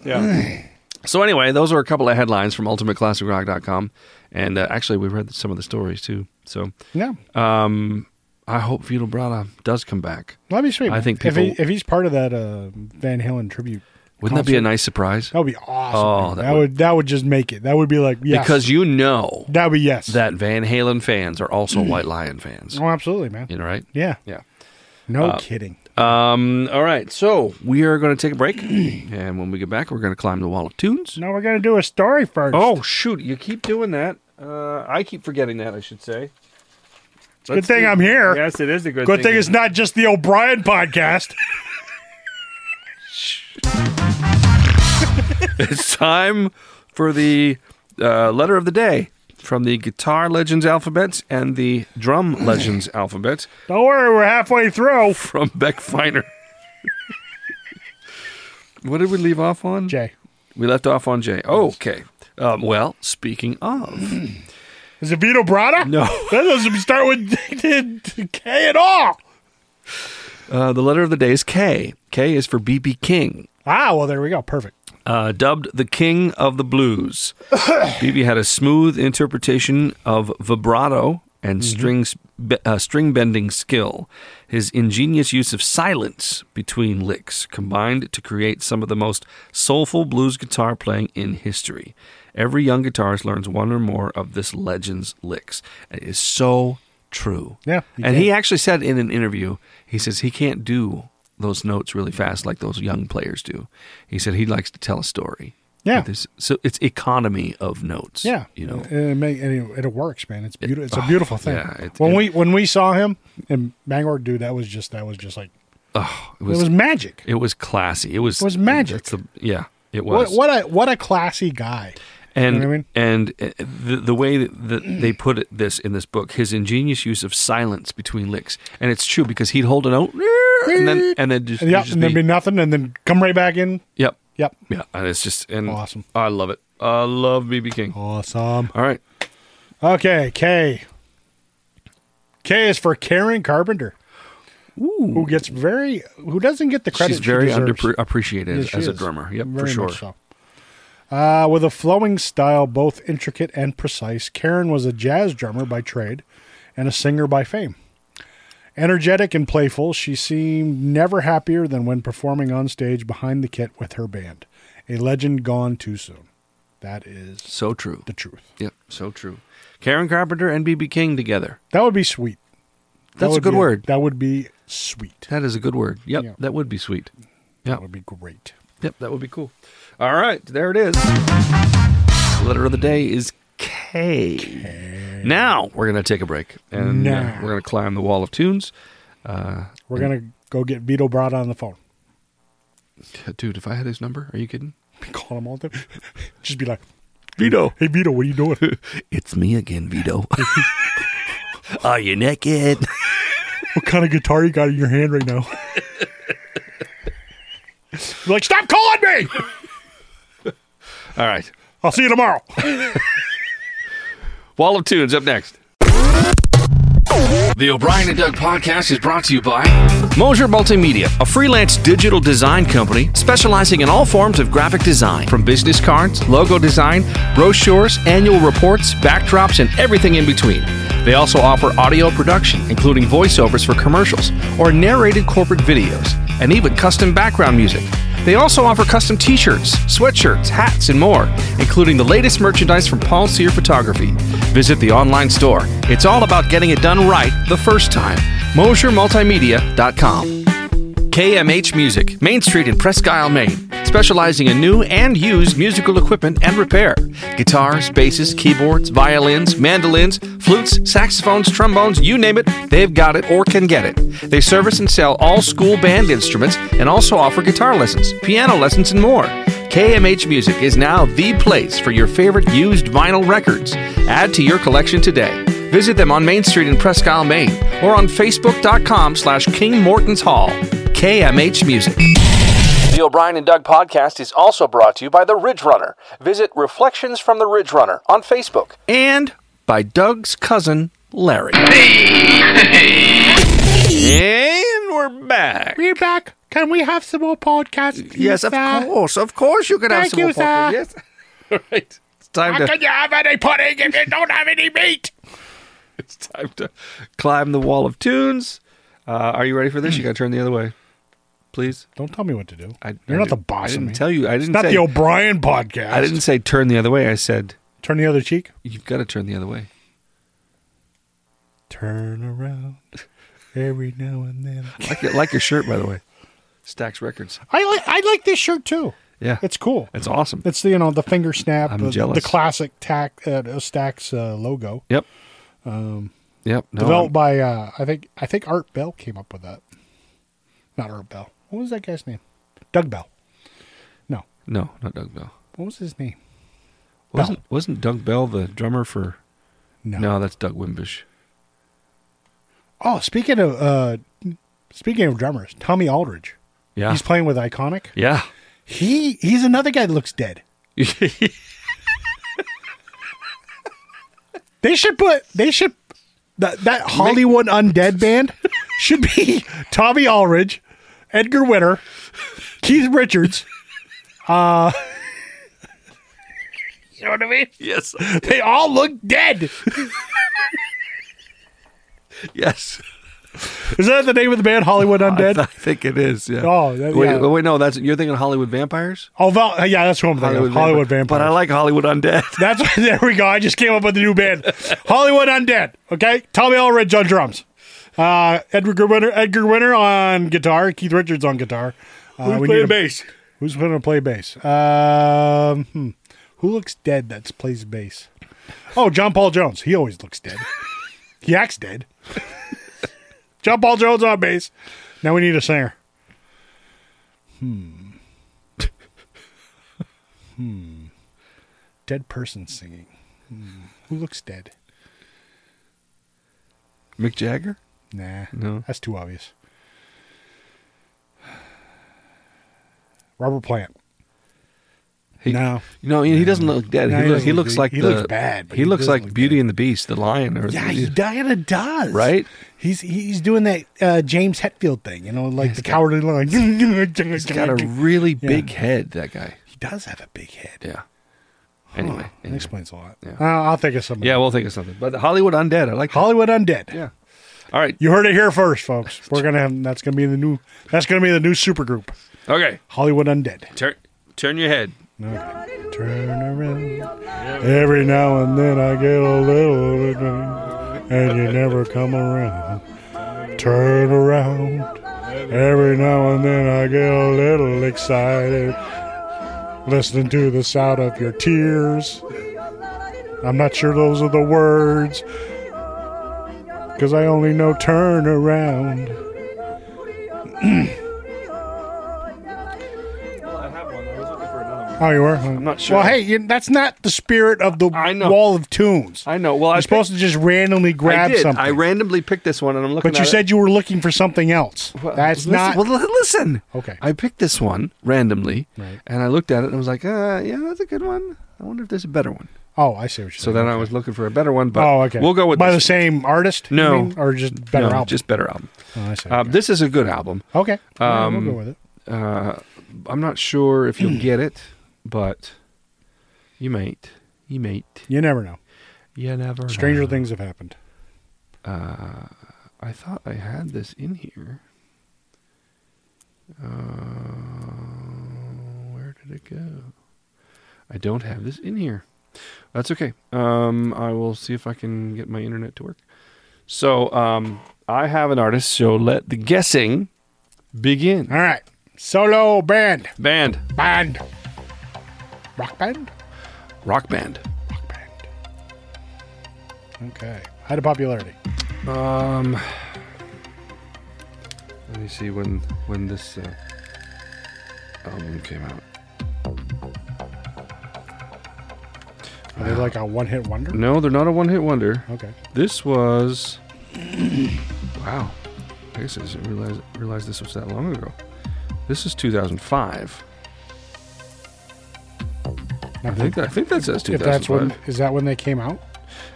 Speaker 5: Yeah,
Speaker 1: So anyway, those are a couple of headlines from UltimateClassicRock.com, and uh, actually we read some of the stories too. So um,
Speaker 5: yeah.
Speaker 1: I hope Vito Brada does come back.
Speaker 5: That'd be sweet.
Speaker 1: I
Speaker 5: man.
Speaker 1: think
Speaker 5: if,
Speaker 1: people-
Speaker 5: he, if he's part of that uh, Van Halen tribute,
Speaker 1: Wouldn't that be a
Speaker 5: concert,
Speaker 1: nice surprise?
Speaker 5: That would be awesome.
Speaker 1: Oh,
Speaker 5: man.
Speaker 1: that
Speaker 5: that, would, that would just make it. That would be like yes.
Speaker 1: Because you know
Speaker 5: that would be yes.
Speaker 1: that Van Halen fans are also
Speaker 5: Mm.
Speaker 1: White Lion fans.
Speaker 5: oh, absolutely, man.
Speaker 1: You know, right?
Speaker 5: Yeah,
Speaker 1: Yeah. Uh,
Speaker 5: no kidding.
Speaker 1: Um, all right, so we are going to take a break, and when we get back, we're going to climb the wall of tunes.
Speaker 5: No, we're gonna do a story first.
Speaker 1: Oh shoot! You keep doing that. Uh, I keep forgetting that. I should say.
Speaker 5: good thing I'm here.
Speaker 1: Yes, it is a good,
Speaker 5: Good thing it's not just the O'Brien podcast.
Speaker 1: it's time for the uh, letter of the day from the guitar legends alphabet and the drum legends alphabet
Speaker 5: Don't worry, we're halfway through.
Speaker 1: from Beck Feiner. what did we leave off on?
Speaker 5: Jay,
Speaker 1: We left off on J. Oh, okay. Um, well, speaking of,
Speaker 5: is it Vito Brada?
Speaker 1: No.
Speaker 5: that doesn't start with K at all.
Speaker 1: uh, the letter of the day is K. K is for BB King.
Speaker 5: Ah, well, there we go. Perfect.
Speaker 1: uh, dubbed the King of the Blues. BB had a smooth interpretation of vibrato and
Speaker 5: Mm-hmm.
Speaker 1: strings, be, uh, string bending skill. His ingenious use of silence between licks combined to create some of the most soulful blues guitar playing in history. Every young guitarist learns one or more of this legend's licks. It is so true.
Speaker 5: Yeah, he
Speaker 1: and
Speaker 5: did.
Speaker 1: he actually said in an interview, he says he can't do those notes really fast like those young players do. He said he likes to tell a story.
Speaker 5: Yeah.
Speaker 1: But this- so it's economy of notes.
Speaker 5: Yeah,
Speaker 1: you know. Ah,
Speaker 5: and it, make, and it, it works, man. It's beautiful. It's a beautiful thing.
Speaker 1: yeah, it-
Speaker 5: when
Speaker 1: it-
Speaker 5: we when we saw him in Bangor, dude, that was just that was just like
Speaker 1: Oh, it
Speaker 5: it
Speaker 1: was,
Speaker 5: was magic.
Speaker 1: it was classy. It was
Speaker 5: It was magic.
Speaker 1: it's the- yeah, it was.
Speaker 5: What, what a what a classy guy.
Speaker 1: And
Speaker 5: You know what I mean?
Speaker 1: and uh, the the way that that they put it this in this book, his ingenious use of silence between licks, and it's true because he'd hold a note and then and then just,
Speaker 5: And yep,
Speaker 1: just
Speaker 5: and there'd
Speaker 1: be-
Speaker 5: be nothing, and then come right back in.
Speaker 1: yep
Speaker 5: Yep,
Speaker 1: yeah, and it's just and
Speaker 5: Awesome.
Speaker 1: I love it. I love BB King.
Speaker 5: awesome.
Speaker 1: All right,
Speaker 5: Okay, K. K is for Karen Carpenter, who gets very who doesn't get the credit.
Speaker 1: she's very
Speaker 5: she deserves.
Speaker 1: underappreciated
Speaker 5: Yes, she
Speaker 1: as a
Speaker 5: is.
Speaker 1: drummer. Yep, for
Speaker 5: Very
Speaker 1: sure.
Speaker 5: much so. Uh, with a flowing style, both intricate and precise, Karen was a jazz drummer by trade and a singer by fame. Energetic and playful, she seemed never happier than when performing on stage behind the kit with her band. A legend gone too soon. That is
Speaker 1: So true.
Speaker 5: the truth.
Speaker 1: Yep, so true. Karen Carpenter and BB King together.
Speaker 5: That would be sweet. That
Speaker 1: That's a
Speaker 5: would
Speaker 1: good
Speaker 5: be
Speaker 1: word.
Speaker 5: That would be sweet.
Speaker 1: That is a good word. Yep,
Speaker 5: Yeah.
Speaker 1: that would be sweet.
Speaker 5: That would be great.
Speaker 1: Yep, that would be cool. All right, there it is. Letter of the day is K. Now we're gonna take a break and uh,
Speaker 5: Now.
Speaker 1: we're gonna climb the wall of tunes,
Speaker 5: We're going to go get Vito Brada on the phone.
Speaker 1: dude. If I had his number, are you kidding?
Speaker 5: Call him all the time. Just be like,
Speaker 1: Vito,
Speaker 5: hey, Vito, what are you doing?
Speaker 1: it's me again, Vito. are you naked?
Speaker 5: what kind of guitar you got in your hand right now? You're like, stop calling me!
Speaker 1: All right,
Speaker 5: I'll see you tomorrow.
Speaker 1: wall of tunes up next. The O'Brien and Doug podcast is brought to you by Mosier Multimedia, a freelance digital design company specializing in all forms of graphic design, from business cards, logo design, brochures, annual reports, backdrops, and everything in between. They also offer audio production, including voiceovers for commercials or narrated corporate videos, and even custom background music. They also offer custom t shirts, sweatshirts, hats, and more, including the latest merchandise from Paul Sear Photography. Visit the online store. It's all about getting it done right the first time. MosierMultimedia.com. KMH Music, Main Street in Presque Isle, Maine, specializing in new and used musical equipment and repair guitars, basses, keyboards, violins, mandolins, flutes, saxophones, trombones you name it, they've got it or can get it. They service and sell all school band instruments and also offer guitar lessons, piano lessons, and more. KMH Music is now the place for your favorite used vinyl records. Add to your collection today. Visit them on Main Street in Presque Isle, Maine, or on Facebook.com slash King Morton's Hall. KMH Music. The O'Brien and Doug podcast is also brought to you by The Ridge Runner. Visit Reflections from the Ridge Runner on Facebook. And by Doug's cousin, Larry. and we're back.
Speaker 5: We're back. Can we have some more podcasts? please,
Speaker 1: Yes, of
Speaker 5: sir?
Speaker 1: course. Of course you can have
Speaker 5: Thank
Speaker 1: some
Speaker 5: you,
Speaker 1: more popcorn. Yes.
Speaker 5: sir.
Speaker 1: All right. It's time
Speaker 4: How
Speaker 1: to
Speaker 4: can you have any pudding if you don't have any meat?
Speaker 1: it's time to climb the wall of tunes. Uh, are you ready for this? You got to turn the other way, please.
Speaker 5: Don't tell me what to do.
Speaker 1: I,
Speaker 5: You're
Speaker 1: I
Speaker 5: not
Speaker 1: did-
Speaker 5: the boss
Speaker 1: I
Speaker 5: of
Speaker 1: didn't
Speaker 5: me.
Speaker 1: tell you. I didn't.
Speaker 5: not
Speaker 1: say,
Speaker 5: the O'Brien podcast.
Speaker 1: I didn't say turn the other way. I said
Speaker 5: turn the other cheek.
Speaker 1: you've got to turn the other way.
Speaker 5: Turn around every now and then.
Speaker 1: Like your, like your shirt, by the way. Stacks Records.
Speaker 5: I like I like this shirt too.
Speaker 1: Yeah,
Speaker 5: It's cool.
Speaker 1: it's awesome.
Speaker 5: It's the you know the finger snap,
Speaker 1: I'm
Speaker 5: the,
Speaker 1: jealous.
Speaker 5: the classic tack uh, Stacks uh, logo,
Speaker 1: yep. Um. Yep. No,
Speaker 5: developed
Speaker 1: I'm-
Speaker 5: by uh, I think I think Art Bell came up with that. Not Art Bell. What was that guy's name? Doug Bell. No,
Speaker 1: no, not Doug Bell.
Speaker 5: what was his name?
Speaker 1: Wasn't wasn't Doug Bell the drummer for?
Speaker 5: No.
Speaker 1: No, that's Doug Wimbish.
Speaker 5: Oh, speaking of uh, speaking of drummers, Tommy Aldridge.
Speaker 1: Yeah.
Speaker 5: He's playing with Iconic.
Speaker 1: yeah.
Speaker 5: He he's another guy that looks dead. They should put they should that that Hollywood undead band should be Tommy Aldridge, Edgar Winter, Keith Richards. uh,
Speaker 4: You know what I mean?
Speaker 1: yes.
Speaker 5: They all look dead.
Speaker 1: Yes.
Speaker 5: Is that the name of the band Hollywood
Speaker 1: I
Speaker 5: Undead?
Speaker 1: think it is. Yeah.
Speaker 5: Oh, that-
Speaker 1: wait,
Speaker 5: yeah.
Speaker 1: wait, no, that's you're thinking Hollywood vampires.
Speaker 5: Oh, Val, yeah, that's who I'm thinking. Hollywood, Hollywood Vampire.
Speaker 1: But I like Hollywood undead.
Speaker 5: that's there we go. I just came up with a new band, Hollywood Undead. Okay, Tommy Aldridge on drums, uh, Edgar Winter, Edgar Winter on guitar, Keith Richards on guitar. Uh, we need a-
Speaker 1: bass?
Speaker 5: Who's going to play bass? Um, hmm. Who looks dead that plays bass? Oh, John Paul Jones. He always looks dead. he acts dead. John Paul Jones on bass. Now we need a singer. Hmm. hmm. Dead person singing. Hmm. Who looks dead?
Speaker 1: Mick Jagger?
Speaker 5: Nah.
Speaker 1: No.
Speaker 5: That's too obvious. Robert Plant.
Speaker 1: He-
Speaker 5: no.
Speaker 1: No, he, he doesn't look dead.
Speaker 5: No,
Speaker 1: he, looks,
Speaker 5: he
Speaker 1: he
Speaker 5: doesn't look
Speaker 1: looks
Speaker 5: dead.
Speaker 1: like
Speaker 5: He
Speaker 1: the,
Speaker 5: looks bad, but
Speaker 1: He,
Speaker 5: he
Speaker 1: looks
Speaker 5: doesn't
Speaker 1: like
Speaker 5: look
Speaker 1: Beauty and the Beast, the lion. Or
Speaker 5: Yeah,
Speaker 1: the,
Speaker 5: he kind of does.
Speaker 1: Right?
Speaker 5: He's he's doing that uh, James Hetfield thing, you know, like the cowardly lion. he's
Speaker 1: he's got a really big head. That guy.
Speaker 5: He does have a big head.
Speaker 1: Yeah. Anyway,
Speaker 5: That
Speaker 1: anyway.
Speaker 5: explains a lot.
Speaker 1: Yeah.
Speaker 5: Uh, I'll think of something.
Speaker 1: yeah, we'll think of something. But Hollywood undead, I like. that.
Speaker 5: Hollywood Undead.
Speaker 1: Yeah. All right.
Speaker 5: You heard it here first, folks. We're gonna have that's gonna be the new that's gonna be the new supergroup.
Speaker 1: Okay.
Speaker 5: Hollywood Undead.
Speaker 1: Turn turn your head.
Speaker 5: Okay. Turn around. Every now and then I get a little annoyed, and you never come around. Turn around. Every now and then I get a little excited listening to the sound of your tears. I'm not sure those are the words because I only know turn around. Oh, you were? I'm
Speaker 1: not sure.
Speaker 5: Well, hey, you, that's not the spirit of the
Speaker 1: I know.
Speaker 5: wall of tunes.
Speaker 1: I know. Well, I
Speaker 5: You're supposed to just randomly grab
Speaker 1: I did.
Speaker 5: something.
Speaker 1: I randomly picked this one, and I'm looking.
Speaker 5: but you
Speaker 1: at it.
Speaker 5: said you were looking for something else. that's
Speaker 1: Listen-
Speaker 5: not.
Speaker 1: Well, li- listen.
Speaker 5: Okay.
Speaker 1: I picked this one randomly,
Speaker 5: Right.
Speaker 1: and I looked at it and was like, uh, "Yeah, that's a good one. I wonder if there's a better one."
Speaker 5: oh, I see what you're
Speaker 1: So
Speaker 5: saying.
Speaker 1: then I was looking for a better one, but
Speaker 5: oh, okay.
Speaker 1: we'll go with
Speaker 5: by the
Speaker 1: this.
Speaker 5: same artist. you
Speaker 1: No.
Speaker 5: mean? or just better
Speaker 1: no,
Speaker 5: album.
Speaker 1: just better album.
Speaker 5: oh, I see.
Speaker 1: Uh,
Speaker 5: okay.
Speaker 1: This is a good album.
Speaker 5: okay. Yeah,
Speaker 1: um,
Speaker 5: we'll go with it.
Speaker 1: Uh, I'm not sure if you'll get it, but you might. You might.
Speaker 5: You never know.
Speaker 1: You never.
Speaker 5: Stranger
Speaker 1: know.
Speaker 5: things have happened.
Speaker 1: I thought I had this in here. Uh, where did it go? I don't have this in here. That's okay. Um, I will see if I can get my internet to work. So um, I have an artist. So let the guessing begin.
Speaker 5: All right. Solo band.
Speaker 1: Band.
Speaker 5: Band. Rock band?
Speaker 1: Rock band.
Speaker 5: Rock band. Okay. Height of popularity.
Speaker 1: Um, let me see when when this uh, album came out.
Speaker 5: Are they like a one hit wonder?
Speaker 1: No, they're not a one-hit wonder.
Speaker 5: Okay.
Speaker 1: This was. wow. I guess I didn't realize, realize this was that long ago. This is 2005. I think that, I think that says
Speaker 5: If that's when
Speaker 1: 2005.
Speaker 5: is that when they came out?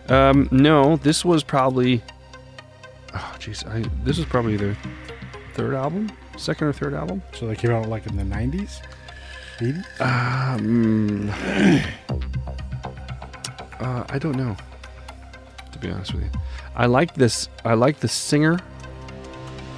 Speaker 1: Um, no, this was probably. Oh, jeez. I- This was probably their third album? Second or third album?
Speaker 5: So they came out like in the nineties? Eighties?
Speaker 1: Um, uh, I don't know. To be honest with you, I like this. I like the singer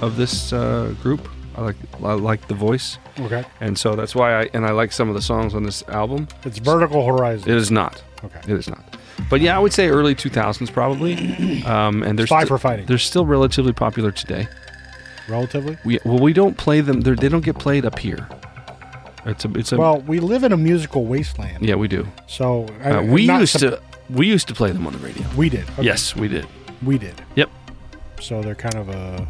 Speaker 1: of this uh, group. I like I like the voice,
Speaker 5: Okay.
Speaker 1: and so that's why I and I like some of the songs on this album.
Speaker 5: It's vertical horizon.
Speaker 1: It is not.
Speaker 5: Okay.
Speaker 1: It is not. But yeah, I would say early 2000s probably. Um, and they're
Speaker 5: Spy
Speaker 1: sti-
Speaker 5: for fighting.
Speaker 1: They're still relatively popular today.
Speaker 5: Relatively.
Speaker 1: We, well, we don't play them. they're- They don't get played up here. It's a. It's a.
Speaker 5: Well, we live in a musical wasteland.
Speaker 1: yeah, we do.
Speaker 5: So I-
Speaker 1: Uh, we
Speaker 5: not
Speaker 1: used to
Speaker 5: sup-
Speaker 1: we used to play them on the radio.
Speaker 5: We did. Okay.
Speaker 1: Yes, we did.
Speaker 5: We did.
Speaker 1: Yep.
Speaker 5: So they're kind of a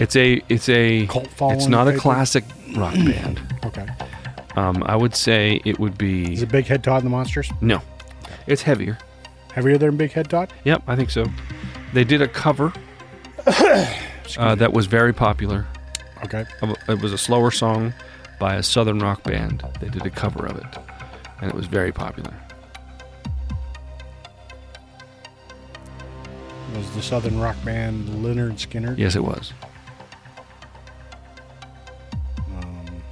Speaker 1: It's a it's a
Speaker 5: Cult
Speaker 1: It's
Speaker 5: following
Speaker 1: not a
Speaker 5: type
Speaker 1: classic rock band.
Speaker 5: okay.
Speaker 1: Um, I would say it would
Speaker 5: Is
Speaker 1: be
Speaker 5: it Big Head Todd and the Monsters?
Speaker 1: no. It's heavier.
Speaker 5: Heavier than Big Head Todd?
Speaker 1: Yep, I think so. They did a cover uh, that was very popular.
Speaker 5: Okay.
Speaker 1: of- It was a slower song by a southern rock band. They did a cover of it, and it was very popular.
Speaker 5: Was the Southern rock band Leonard Skinner?
Speaker 1: Yes, it was.
Speaker 5: Um,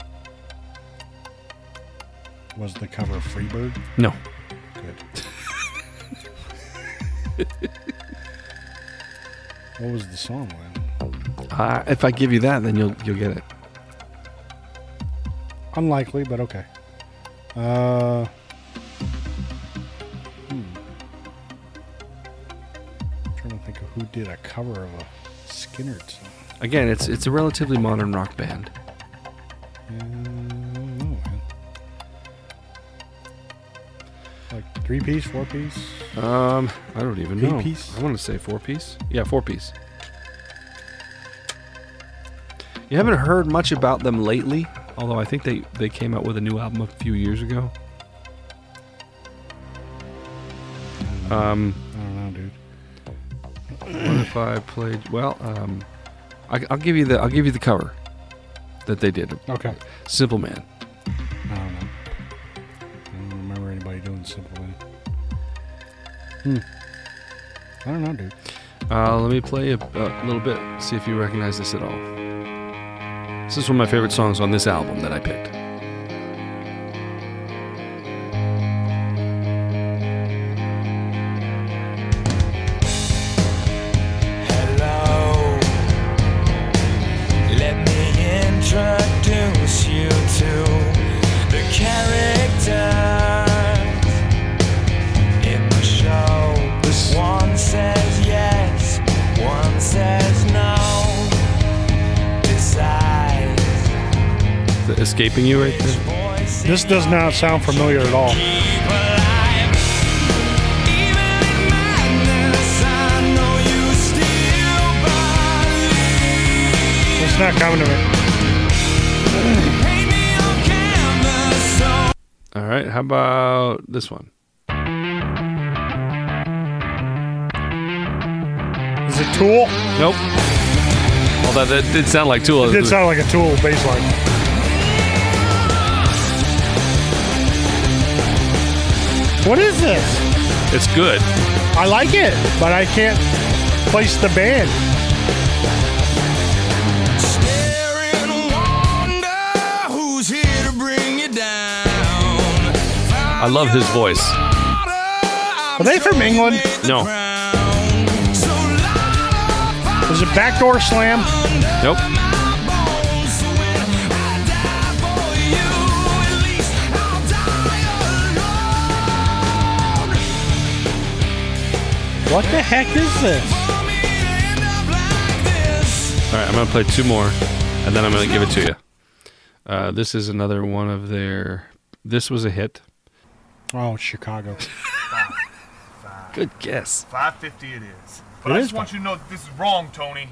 Speaker 5: was the cover Freebird?
Speaker 1: No,
Speaker 5: Good. what was the song, man?
Speaker 1: uh, if I give you that, then you'll you'll get it.
Speaker 5: Unlikely, but okay. Uh, hmm. trying to think of who did a cover of a Skinner song.
Speaker 1: Again, it's it's a relatively modern rock band.
Speaker 5: Yeah, Uh, I don't know, man. Like three piece, four piece.
Speaker 1: Um, I don't even know.
Speaker 5: Eight-piece?
Speaker 1: I want to say four piece. Yeah, four piece. You haven't heard much about them lately, although I think they they came out with a new album a few years ago. Um,
Speaker 5: I don't know, dude.
Speaker 1: what if I played? Well, um, I, I'll give you the I'll give you the cover that they did.
Speaker 5: Okay.
Speaker 1: Simple Man.
Speaker 5: I don't know. I don't remember anybody doing Simple Man. Hmm. I don't know, dude.
Speaker 1: Uh, let me play a, a little bit, see if you recognize this at all. This is one of my favorite songs on this album that I picked.
Speaker 9: Hello. Let me introduce you to the characters in the show. One says yes, one says no. Decides
Speaker 1: Is it escaping you right there?
Speaker 9: voice
Speaker 5: This does not sound familiar at all.
Speaker 9: alive. Even in madness, I know you still believe.
Speaker 5: It's not coming to me.
Speaker 9: Paint me on canvas so
Speaker 1: All right, how about this one?
Speaker 5: Is it Tool?
Speaker 1: Nope. Although that did sound like Tool.
Speaker 5: It did sound like a Tool bass line. What is this?
Speaker 1: It's good.
Speaker 5: I like it, but I can't place the band.
Speaker 9: Stare and wonder who's here to bring you down.
Speaker 1: I love his voice.
Speaker 5: Are they from England?
Speaker 1: No.
Speaker 5: Is it Backdoor Slam?
Speaker 1: Nope.
Speaker 5: What the heck is this?
Speaker 1: All right, I'm going to play two more, and then I'm going to give it to you. Uh, this is another one of their. This was a hit.
Speaker 5: Oh, Chicago.
Speaker 1: Good guess.
Speaker 10: 550 it is. But
Speaker 5: It
Speaker 10: I
Speaker 5: is
Speaker 10: just want you to know that this is wrong, Tony.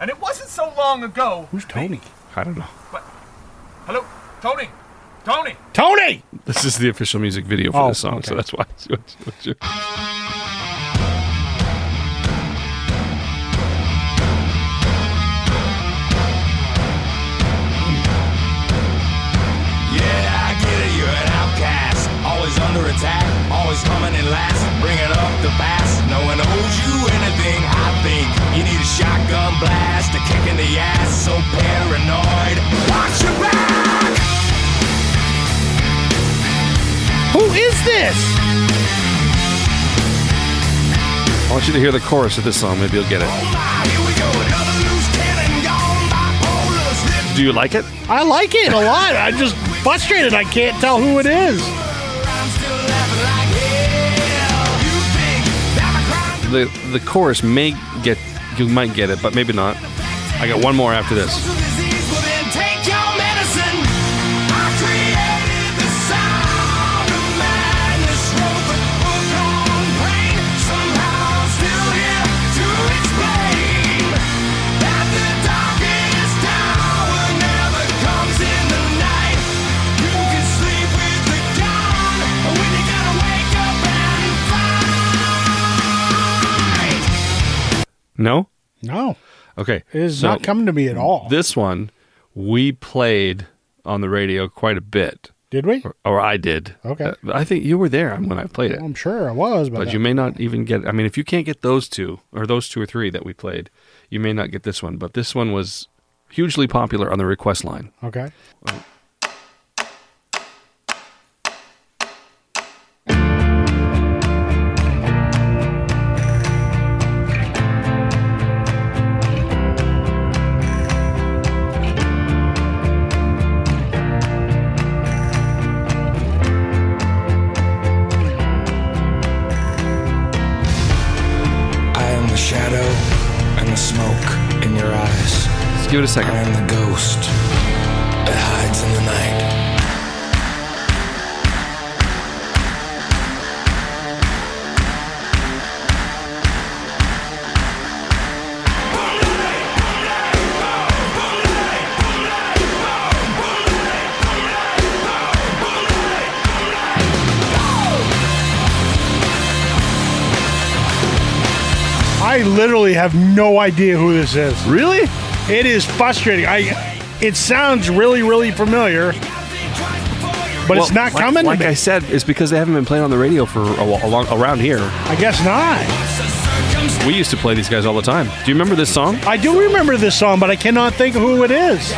Speaker 10: And it wasn't so long ago.
Speaker 5: Who's Tony?
Speaker 1: I don't know.
Speaker 10: Hello, Tony. Tony.
Speaker 5: Tony!
Speaker 1: This is the official music video for
Speaker 5: Oh,
Speaker 1: this song, so
Speaker 5: okay.
Speaker 1: that's why. it's- it's- it's-
Speaker 9: Yeah, I get it, you're an outcast. Always under attack, always coming in last. Bringing up the past, no one owes you anything, I think. You need a shotgun blast, a kick in the ass, so paranoid. Watch your back!
Speaker 7: Who is this?
Speaker 1: I want you to hear the chorus of this song. Maybe you'll get it.
Speaker 9: Oh my, here we go, another loose cannon gone bipolar, slip
Speaker 1: Do you like it?
Speaker 5: I like it a lot. I'm just frustrated. I can't tell who it is.
Speaker 9: I'm still laughing like hell. You think that my crime
Speaker 1: The the chorus may get you might get it, but maybe not. I got one more after this.
Speaker 9: Social disease, well then take your medicine. I created the sound of madness. Wrote the book on pain. Somehow I'm still here to explain that the darkest hour never comes in the night. You can sleep with the dawn, or when you gotta wake up and fight.
Speaker 1: No.
Speaker 5: No,
Speaker 1: Okay.
Speaker 5: it is
Speaker 1: So
Speaker 5: not coming to me at all.
Speaker 1: This one we played on the radio quite a bit,
Speaker 5: Did we?
Speaker 1: or, or I did.
Speaker 5: Okay.
Speaker 1: Uh, I think you were there when I played it.
Speaker 5: I'm sure I was, but,
Speaker 1: but you may not even get. I mean, if you can't get those two or those two or three that we played, you may not get this one. But this one was hugely popular on the request line.
Speaker 5: okay.
Speaker 9: I am the shadow and the smoke in your eyes.
Speaker 1: Let's give it a
Speaker 9: I
Speaker 1: second.
Speaker 9: am the ghost that hides in the night.
Speaker 5: I literally have no idea who this is.
Speaker 1: Really?
Speaker 5: It is frustrating. I. It sounds really, really familiar, but it's not
Speaker 1: like,
Speaker 5: coming
Speaker 1: Like
Speaker 5: to
Speaker 1: I
Speaker 5: me.
Speaker 1: said, it's because they haven't been playing on the radio for a, while- along, around here.
Speaker 5: I guess not.
Speaker 1: We used to play these guys all the time. Do you remember this song?
Speaker 5: I do remember this song, but I cannot think of who it is.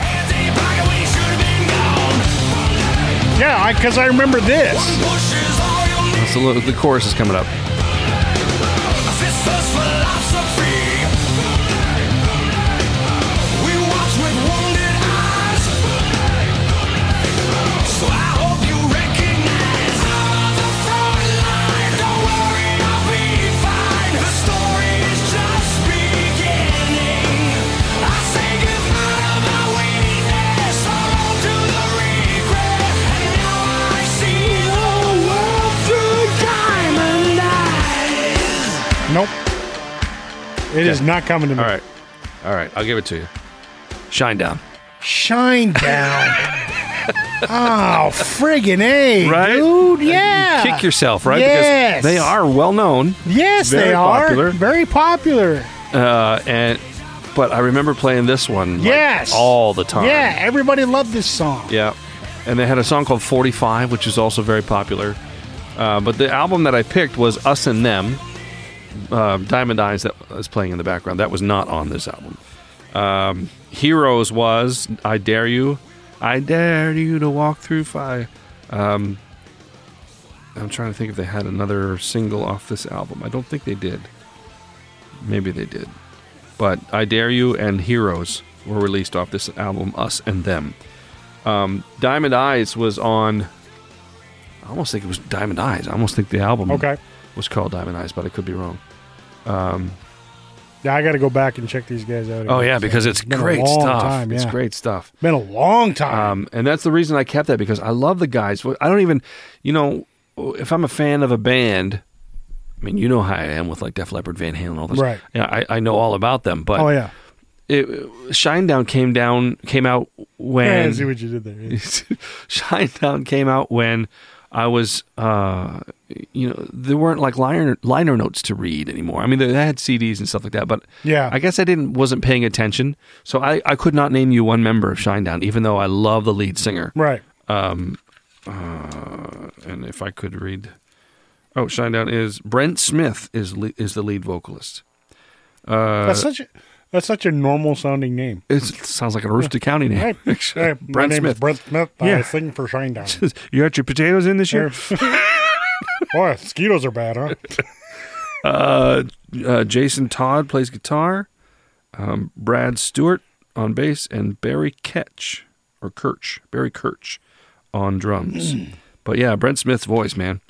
Speaker 5: Yeah, because I, remember this.
Speaker 1: It's a little- the chorus is coming up.
Speaker 5: Nope. It is not coming to me.
Speaker 1: All right, all right. I'll give it to you. Shine down.
Speaker 5: Shine down. oh, friggin' A.
Speaker 1: Right?
Speaker 5: Dude, yeah.
Speaker 1: Kick yourself, right?
Speaker 5: Yes.
Speaker 1: Because they are well known,
Speaker 5: Yes,
Speaker 1: Very
Speaker 5: they are.
Speaker 1: popular.
Speaker 5: Very popular.
Speaker 1: uh, and but I remember playing this one. like,
Speaker 5: Yes.
Speaker 1: all the time.
Speaker 5: Yeah, everybody loved this song.
Speaker 1: Yeah. And they had a song called 45, which is also very popular. Uh, but the album that I picked was Us and Them, uh, Diamond Eyes, that was playing in the background. That was not on this album. Um, Heroes was I Dare You. I Dare You to Walk Through Fire. Um, I'm trying to think if they had another single off this album. I don't think they did. Maybe they did. But I Dare You and Heroes were released off this album, Us and Them. Um, Diamond Eyes was on. I almost think it was Diamond Eyes. I almost think the album
Speaker 5: Okay.
Speaker 1: was called Diamond Eyes, but I could be wrong. Um,
Speaker 5: Yeah, I got to go back and check these guys out.
Speaker 1: Oh
Speaker 5: again.
Speaker 1: yeah,
Speaker 5: So
Speaker 1: because it's
Speaker 5: been a
Speaker 1: great
Speaker 5: long
Speaker 1: stuff.
Speaker 5: time,
Speaker 1: It's
Speaker 5: yeah.
Speaker 1: great stuff.
Speaker 5: Been a long time.
Speaker 1: Um, and that's the reason I kept that because I love the guys. I don't even, you know, if I'm a fan of a band, I mean, you know how I am with like Def Leppard, Van Halen, all this.
Speaker 5: Right.
Speaker 1: Yeah, I, I know all about them. But
Speaker 5: Oh yeah.
Speaker 1: it, Shinedown came down came out
Speaker 5: yeah. I
Speaker 1: when
Speaker 5: see what you did there. yeah.
Speaker 1: Shinedown came out when I was, uh, you know, there weren't like liner liner notes to read anymore. I mean, they they had CDs and stuff like that, but
Speaker 5: Yeah.
Speaker 1: I guess I didn't wasn't paying attention, so I I could not name you one member of Shinedown, even though I love the lead singer.
Speaker 5: Right.
Speaker 1: And if I could read, oh, Shinedown is Brent Smith is le- is the lead vocalist. uh,
Speaker 5: that's such a that's such a normal sounding name.
Speaker 1: It's, it sounds like a Rooster County name.
Speaker 5: Hey, hey, my
Speaker 1: Brent
Speaker 5: name
Speaker 1: Smith.
Speaker 5: is Brent Smith.
Speaker 1: Yeah.
Speaker 5: I sing for Shinedown.
Speaker 1: You got your potatoes in this year?
Speaker 5: Boy, mosquitoes are bad, huh?
Speaker 1: uh, Jason Todd plays guitar, um, Brad Stewart on bass, and Barry Ketch or Kirch, Barry Kirch on drums. but yeah, Brent Smith's voice, man,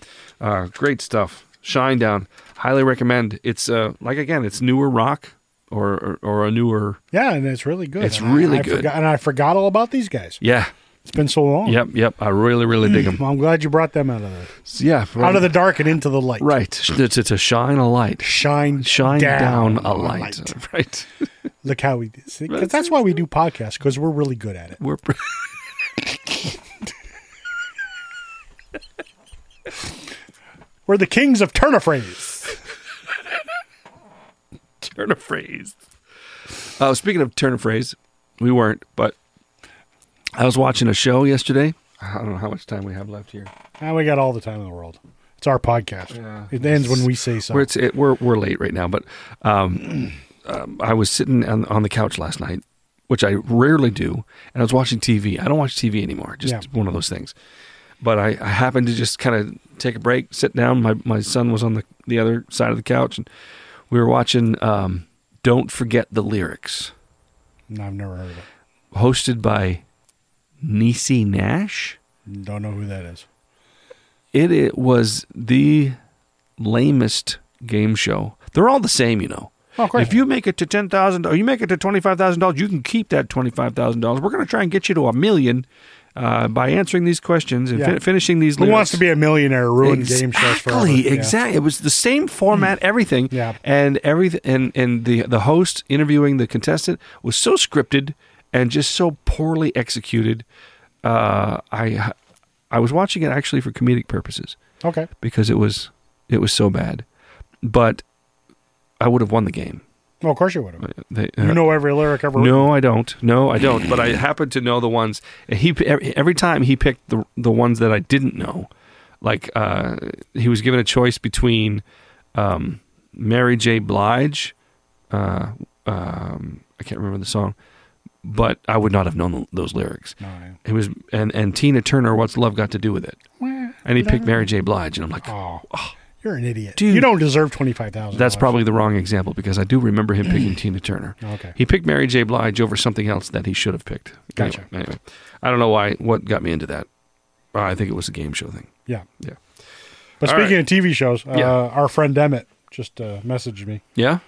Speaker 1: uh, great stuff. Shine Down, highly recommend. It's uh, like again, it's newer rock or or, or a newer.
Speaker 5: Yeah, and it's really good.
Speaker 1: It's
Speaker 5: And I-
Speaker 1: really
Speaker 5: I
Speaker 1: good.
Speaker 5: forgot- and I forgot all about these guys.
Speaker 1: Yeah,
Speaker 5: It's been so long.
Speaker 1: yep, yep. I really, really dig them.
Speaker 5: Well, I'm glad you brought them out of there.
Speaker 1: Hmm. Yeah,
Speaker 5: Out of the dark and into the light.
Speaker 1: right. To, to, to shine a light,
Speaker 5: Shine,
Speaker 1: shine down, a light.
Speaker 5: light.
Speaker 1: Right.
Speaker 5: Look how we see, 'cause that's why we do podcasts because we're really good at it.
Speaker 1: We're.
Speaker 5: We're the kings of turn a phrase.
Speaker 1: turn a phrase. Uh, speaking of turn a phrase, we weren't, but I was watching a show yesterday. I don't know how much time we have left here.
Speaker 5: And we got all the time in the world. It's our podcast. It ends when we say so.
Speaker 1: We're it's, it, we're we're late right now, but um, um, I was sitting on, on the couch last night, which I rarely do, and I was watching TV. I don't watch TV anymore; just
Speaker 5: Yeah.
Speaker 1: one of those things. But I, I happened to just kind of take a break, sit down. My my son was on the the other side of the couch, and we were watching. Um, don't forget the lyrics.
Speaker 5: No, I've never heard of it.
Speaker 1: hosted by Nisi Nash.
Speaker 5: Don't know who that is.
Speaker 1: It, it was the lamest game show. They're all the same, you know.
Speaker 5: Oh, of course.
Speaker 1: If you make it to ten thousand, or you make it to twenty five thousand dollars, you can keep that twenty five thousand dollars. We're going to try and get you to a million uh, by answering these questions and
Speaker 5: Yeah.
Speaker 1: fin- finishing these.
Speaker 5: who
Speaker 1: lyrics.
Speaker 5: wants to be a millionaire? Ruin game shows forever.
Speaker 1: Exactly, exactly. It was the same format, everything.
Speaker 5: Mm. Yeah.
Speaker 1: And everything and, and the the host interviewing the contestant was so scripted and just so poorly executed. Uh, I I was watching it actually for comedic purposes
Speaker 5: Yeah. Okay.
Speaker 1: because it was it was so bad. But I would have won the game.
Speaker 5: Well, of course you would have.
Speaker 1: They,
Speaker 5: You know every lyric ever. written.
Speaker 1: no, I don't. No, I don't. But I happen to know the ones. and He every every time he picked the the ones that I didn't know. Like uh, he was given a choice between um, Mary J. Blige. Uh, um, I can't remember the song, but I would not have known th- those lyrics.
Speaker 5: No, I-
Speaker 1: It was and and Tina Turner. What's love got to do with it? And he picked Mary J. Blige, and I'm like,
Speaker 5: Oh, you're an idiot.
Speaker 1: Dude.
Speaker 5: you don't deserve twenty five thousand.
Speaker 1: that's probably the wrong example because I do remember him picking Tina Turner.
Speaker 5: Okay.
Speaker 1: He picked Mary J. Blige over something else that he should have picked.
Speaker 5: Gotcha.
Speaker 1: Anyway, anyway. I don't know why what got me into that. Uh, I think it was the game show thing.
Speaker 5: yeah.
Speaker 1: Yeah.
Speaker 5: But
Speaker 1: All
Speaker 5: speaking
Speaker 1: right.
Speaker 5: of TV shows, uh,
Speaker 1: Yeah.
Speaker 5: our friend Emmett just uh, messaged me.
Speaker 1: Yeah?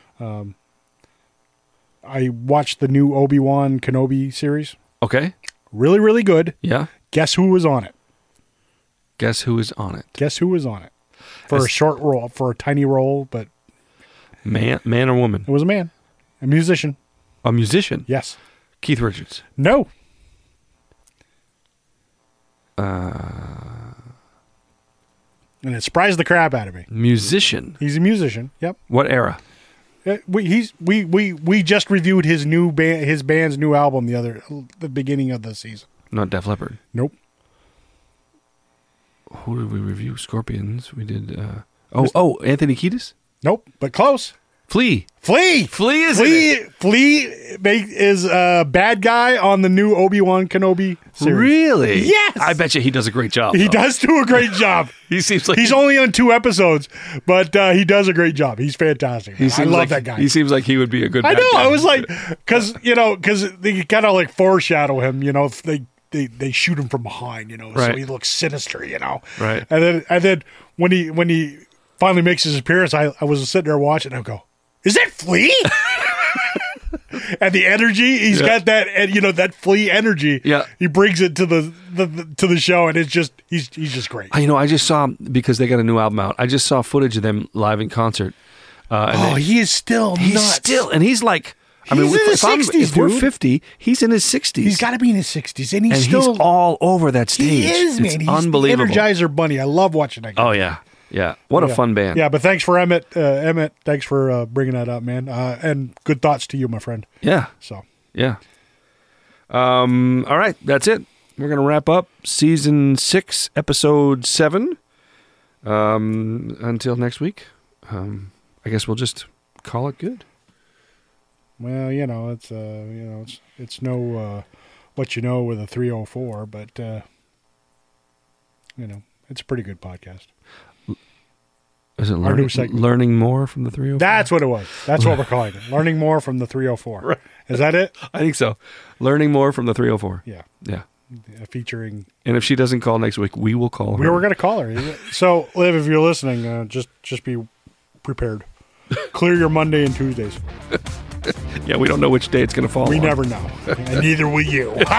Speaker 5: I watched the new Obi Wan Kenobi series.
Speaker 1: Okay.
Speaker 5: Really, really good.
Speaker 1: Yeah.
Speaker 5: Guess who was on it?
Speaker 1: Guess who is on it?
Speaker 5: Guess who was on it? For a
Speaker 1: That's-
Speaker 5: short role, for a tiny role, but
Speaker 1: Man man or woman?
Speaker 5: it was a man, a musician.
Speaker 1: A musician.
Speaker 5: Yes.
Speaker 1: Keith Richards.
Speaker 5: No. and it surprised the crap out of me.
Speaker 1: Musician.
Speaker 5: He's a musician. Yep.
Speaker 1: What era?
Speaker 5: Uh, we he's we we we just reviewed his new band his band's new album the other the beginning of the season.
Speaker 1: Not Def Leppard.
Speaker 5: Nope.
Speaker 1: Who did we review? Scorpions. We did uh Oh, oh, Anthony Kiedis?
Speaker 5: Nope. But close.
Speaker 1: Flea.
Speaker 5: Flea.
Speaker 1: Flea is in
Speaker 5: Flea. Flea make, is a bad guy on the new Obi Wan Kenobi series.
Speaker 1: Really?
Speaker 5: Yes!
Speaker 1: I bet you he does a great job.
Speaker 5: He
Speaker 1: though.
Speaker 5: does do a great job.
Speaker 1: He seems like
Speaker 5: He's only on two episodes, but uh, he does a great job. He's fantastic.
Speaker 1: he
Speaker 5: I
Speaker 1: seems
Speaker 5: love
Speaker 1: like-
Speaker 5: that guy.
Speaker 1: He seems like he would be a good
Speaker 5: I
Speaker 1: bad
Speaker 5: know.
Speaker 1: guy.
Speaker 5: I was like, because you know, because they kind of like foreshadow him. You know, if they they they shoot him from behind. You know,
Speaker 1: Right.
Speaker 5: so he looks sinister. You know,
Speaker 1: Right.
Speaker 5: And then and then when he when he finally makes his appearance, I I was sitting there watching. I go, is that Flea? and the energy he's
Speaker 1: Yeah.
Speaker 5: got that and you know that flea energy.
Speaker 1: Yeah.
Speaker 5: he brings it to the, the, the to the show, and it's just he's he's just great.
Speaker 1: I- You know, I just saw Um, because they got a new album out. I just saw footage of them live in concert. Uh, and
Speaker 5: Oh,
Speaker 1: they-
Speaker 5: he is still
Speaker 1: he's
Speaker 5: nuts.
Speaker 1: still, and he's like, I mean,
Speaker 5: He's
Speaker 1: if,
Speaker 5: in his
Speaker 1: if I'm-
Speaker 5: 60s,
Speaker 1: if we're
Speaker 5: dude.
Speaker 1: fifty, he's in his sixties.
Speaker 5: he's got to be in his sixties, and he's
Speaker 1: and
Speaker 5: still
Speaker 1: he's all over that stage.
Speaker 5: he is man.
Speaker 1: It's
Speaker 5: he's
Speaker 1: unbelievable.
Speaker 5: The Energizer Bunny. I love watching that. guy.
Speaker 1: Oh yeah, yeah. What a
Speaker 5: Yeah.
Speaker 1: fun band.
Speaker 5: Yeah, but thanks for Emmett. Uh, Emmett, thanks for uh, bringing that up, man. Uh, and good thoughts to you, my friend.
Speaker 1: yeah,
Speaker 5: So
Speaker 1: yeah. Um. All right, that's it. We're gonna wrap up season six, episode seven. Um. Until next week. Um. I guess we'll just call it good.
Speaker 5: Well, you know, it's uh, you know, it's it's no uh, what you know with a 304, but uh, you know, it's a pretty good podcast.
Speaker 1: Is it
Speaker 5: Our
Speaker 1: learning,
Speaker 5: new segment.
Speaker 1: learning more from the 304?
Speaker 5: That's what it was. That's what we're calling it. Learning more from the 304. Is that it?
Speaker 1: I think so. Learning more from the 304.
Speaker 5: Yeah.
Speaker 1: Yeah.
Speaker 5: Uh, Featuring.
Speaker 1: And if she doesn't call next week, we will call her.
Speaker 5: We were going to call her. So, Liv, if you're listening, uh, just just be prepared. Clear your Monday and Tuesdays.
Speaker 1: yeah, we don't know which day it's going to fall
Speaker 5: We
Speaker 1: on.
Speaker 5: never know, and neither will you.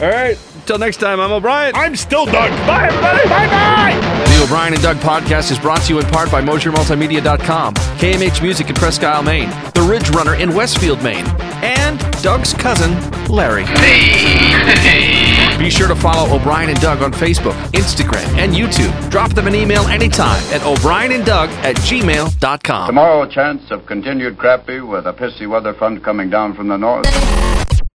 Speaker 1: All right. Until next time, I'm O'Brien.
Speaker 5: I'm still Doug. Bye, everybody. Bye, bye.
Speaker 1: The O'Brien and Doug podcast is brought to you in part by MosherMultimedia.com, KMH Music in Presque Isle, Maine, The Ridge Runner in Westfield, Maine, and Doug's cousin, Larry. Be sure to follow O'Brien and Doug on Facebook, Instagram, and YouTube. Drop them an email anytime at O'Brien and Doug at gmail.com.
Speaker 11: Tomorrow, a chance of continued crappy with a pissy weather front coming down from the north.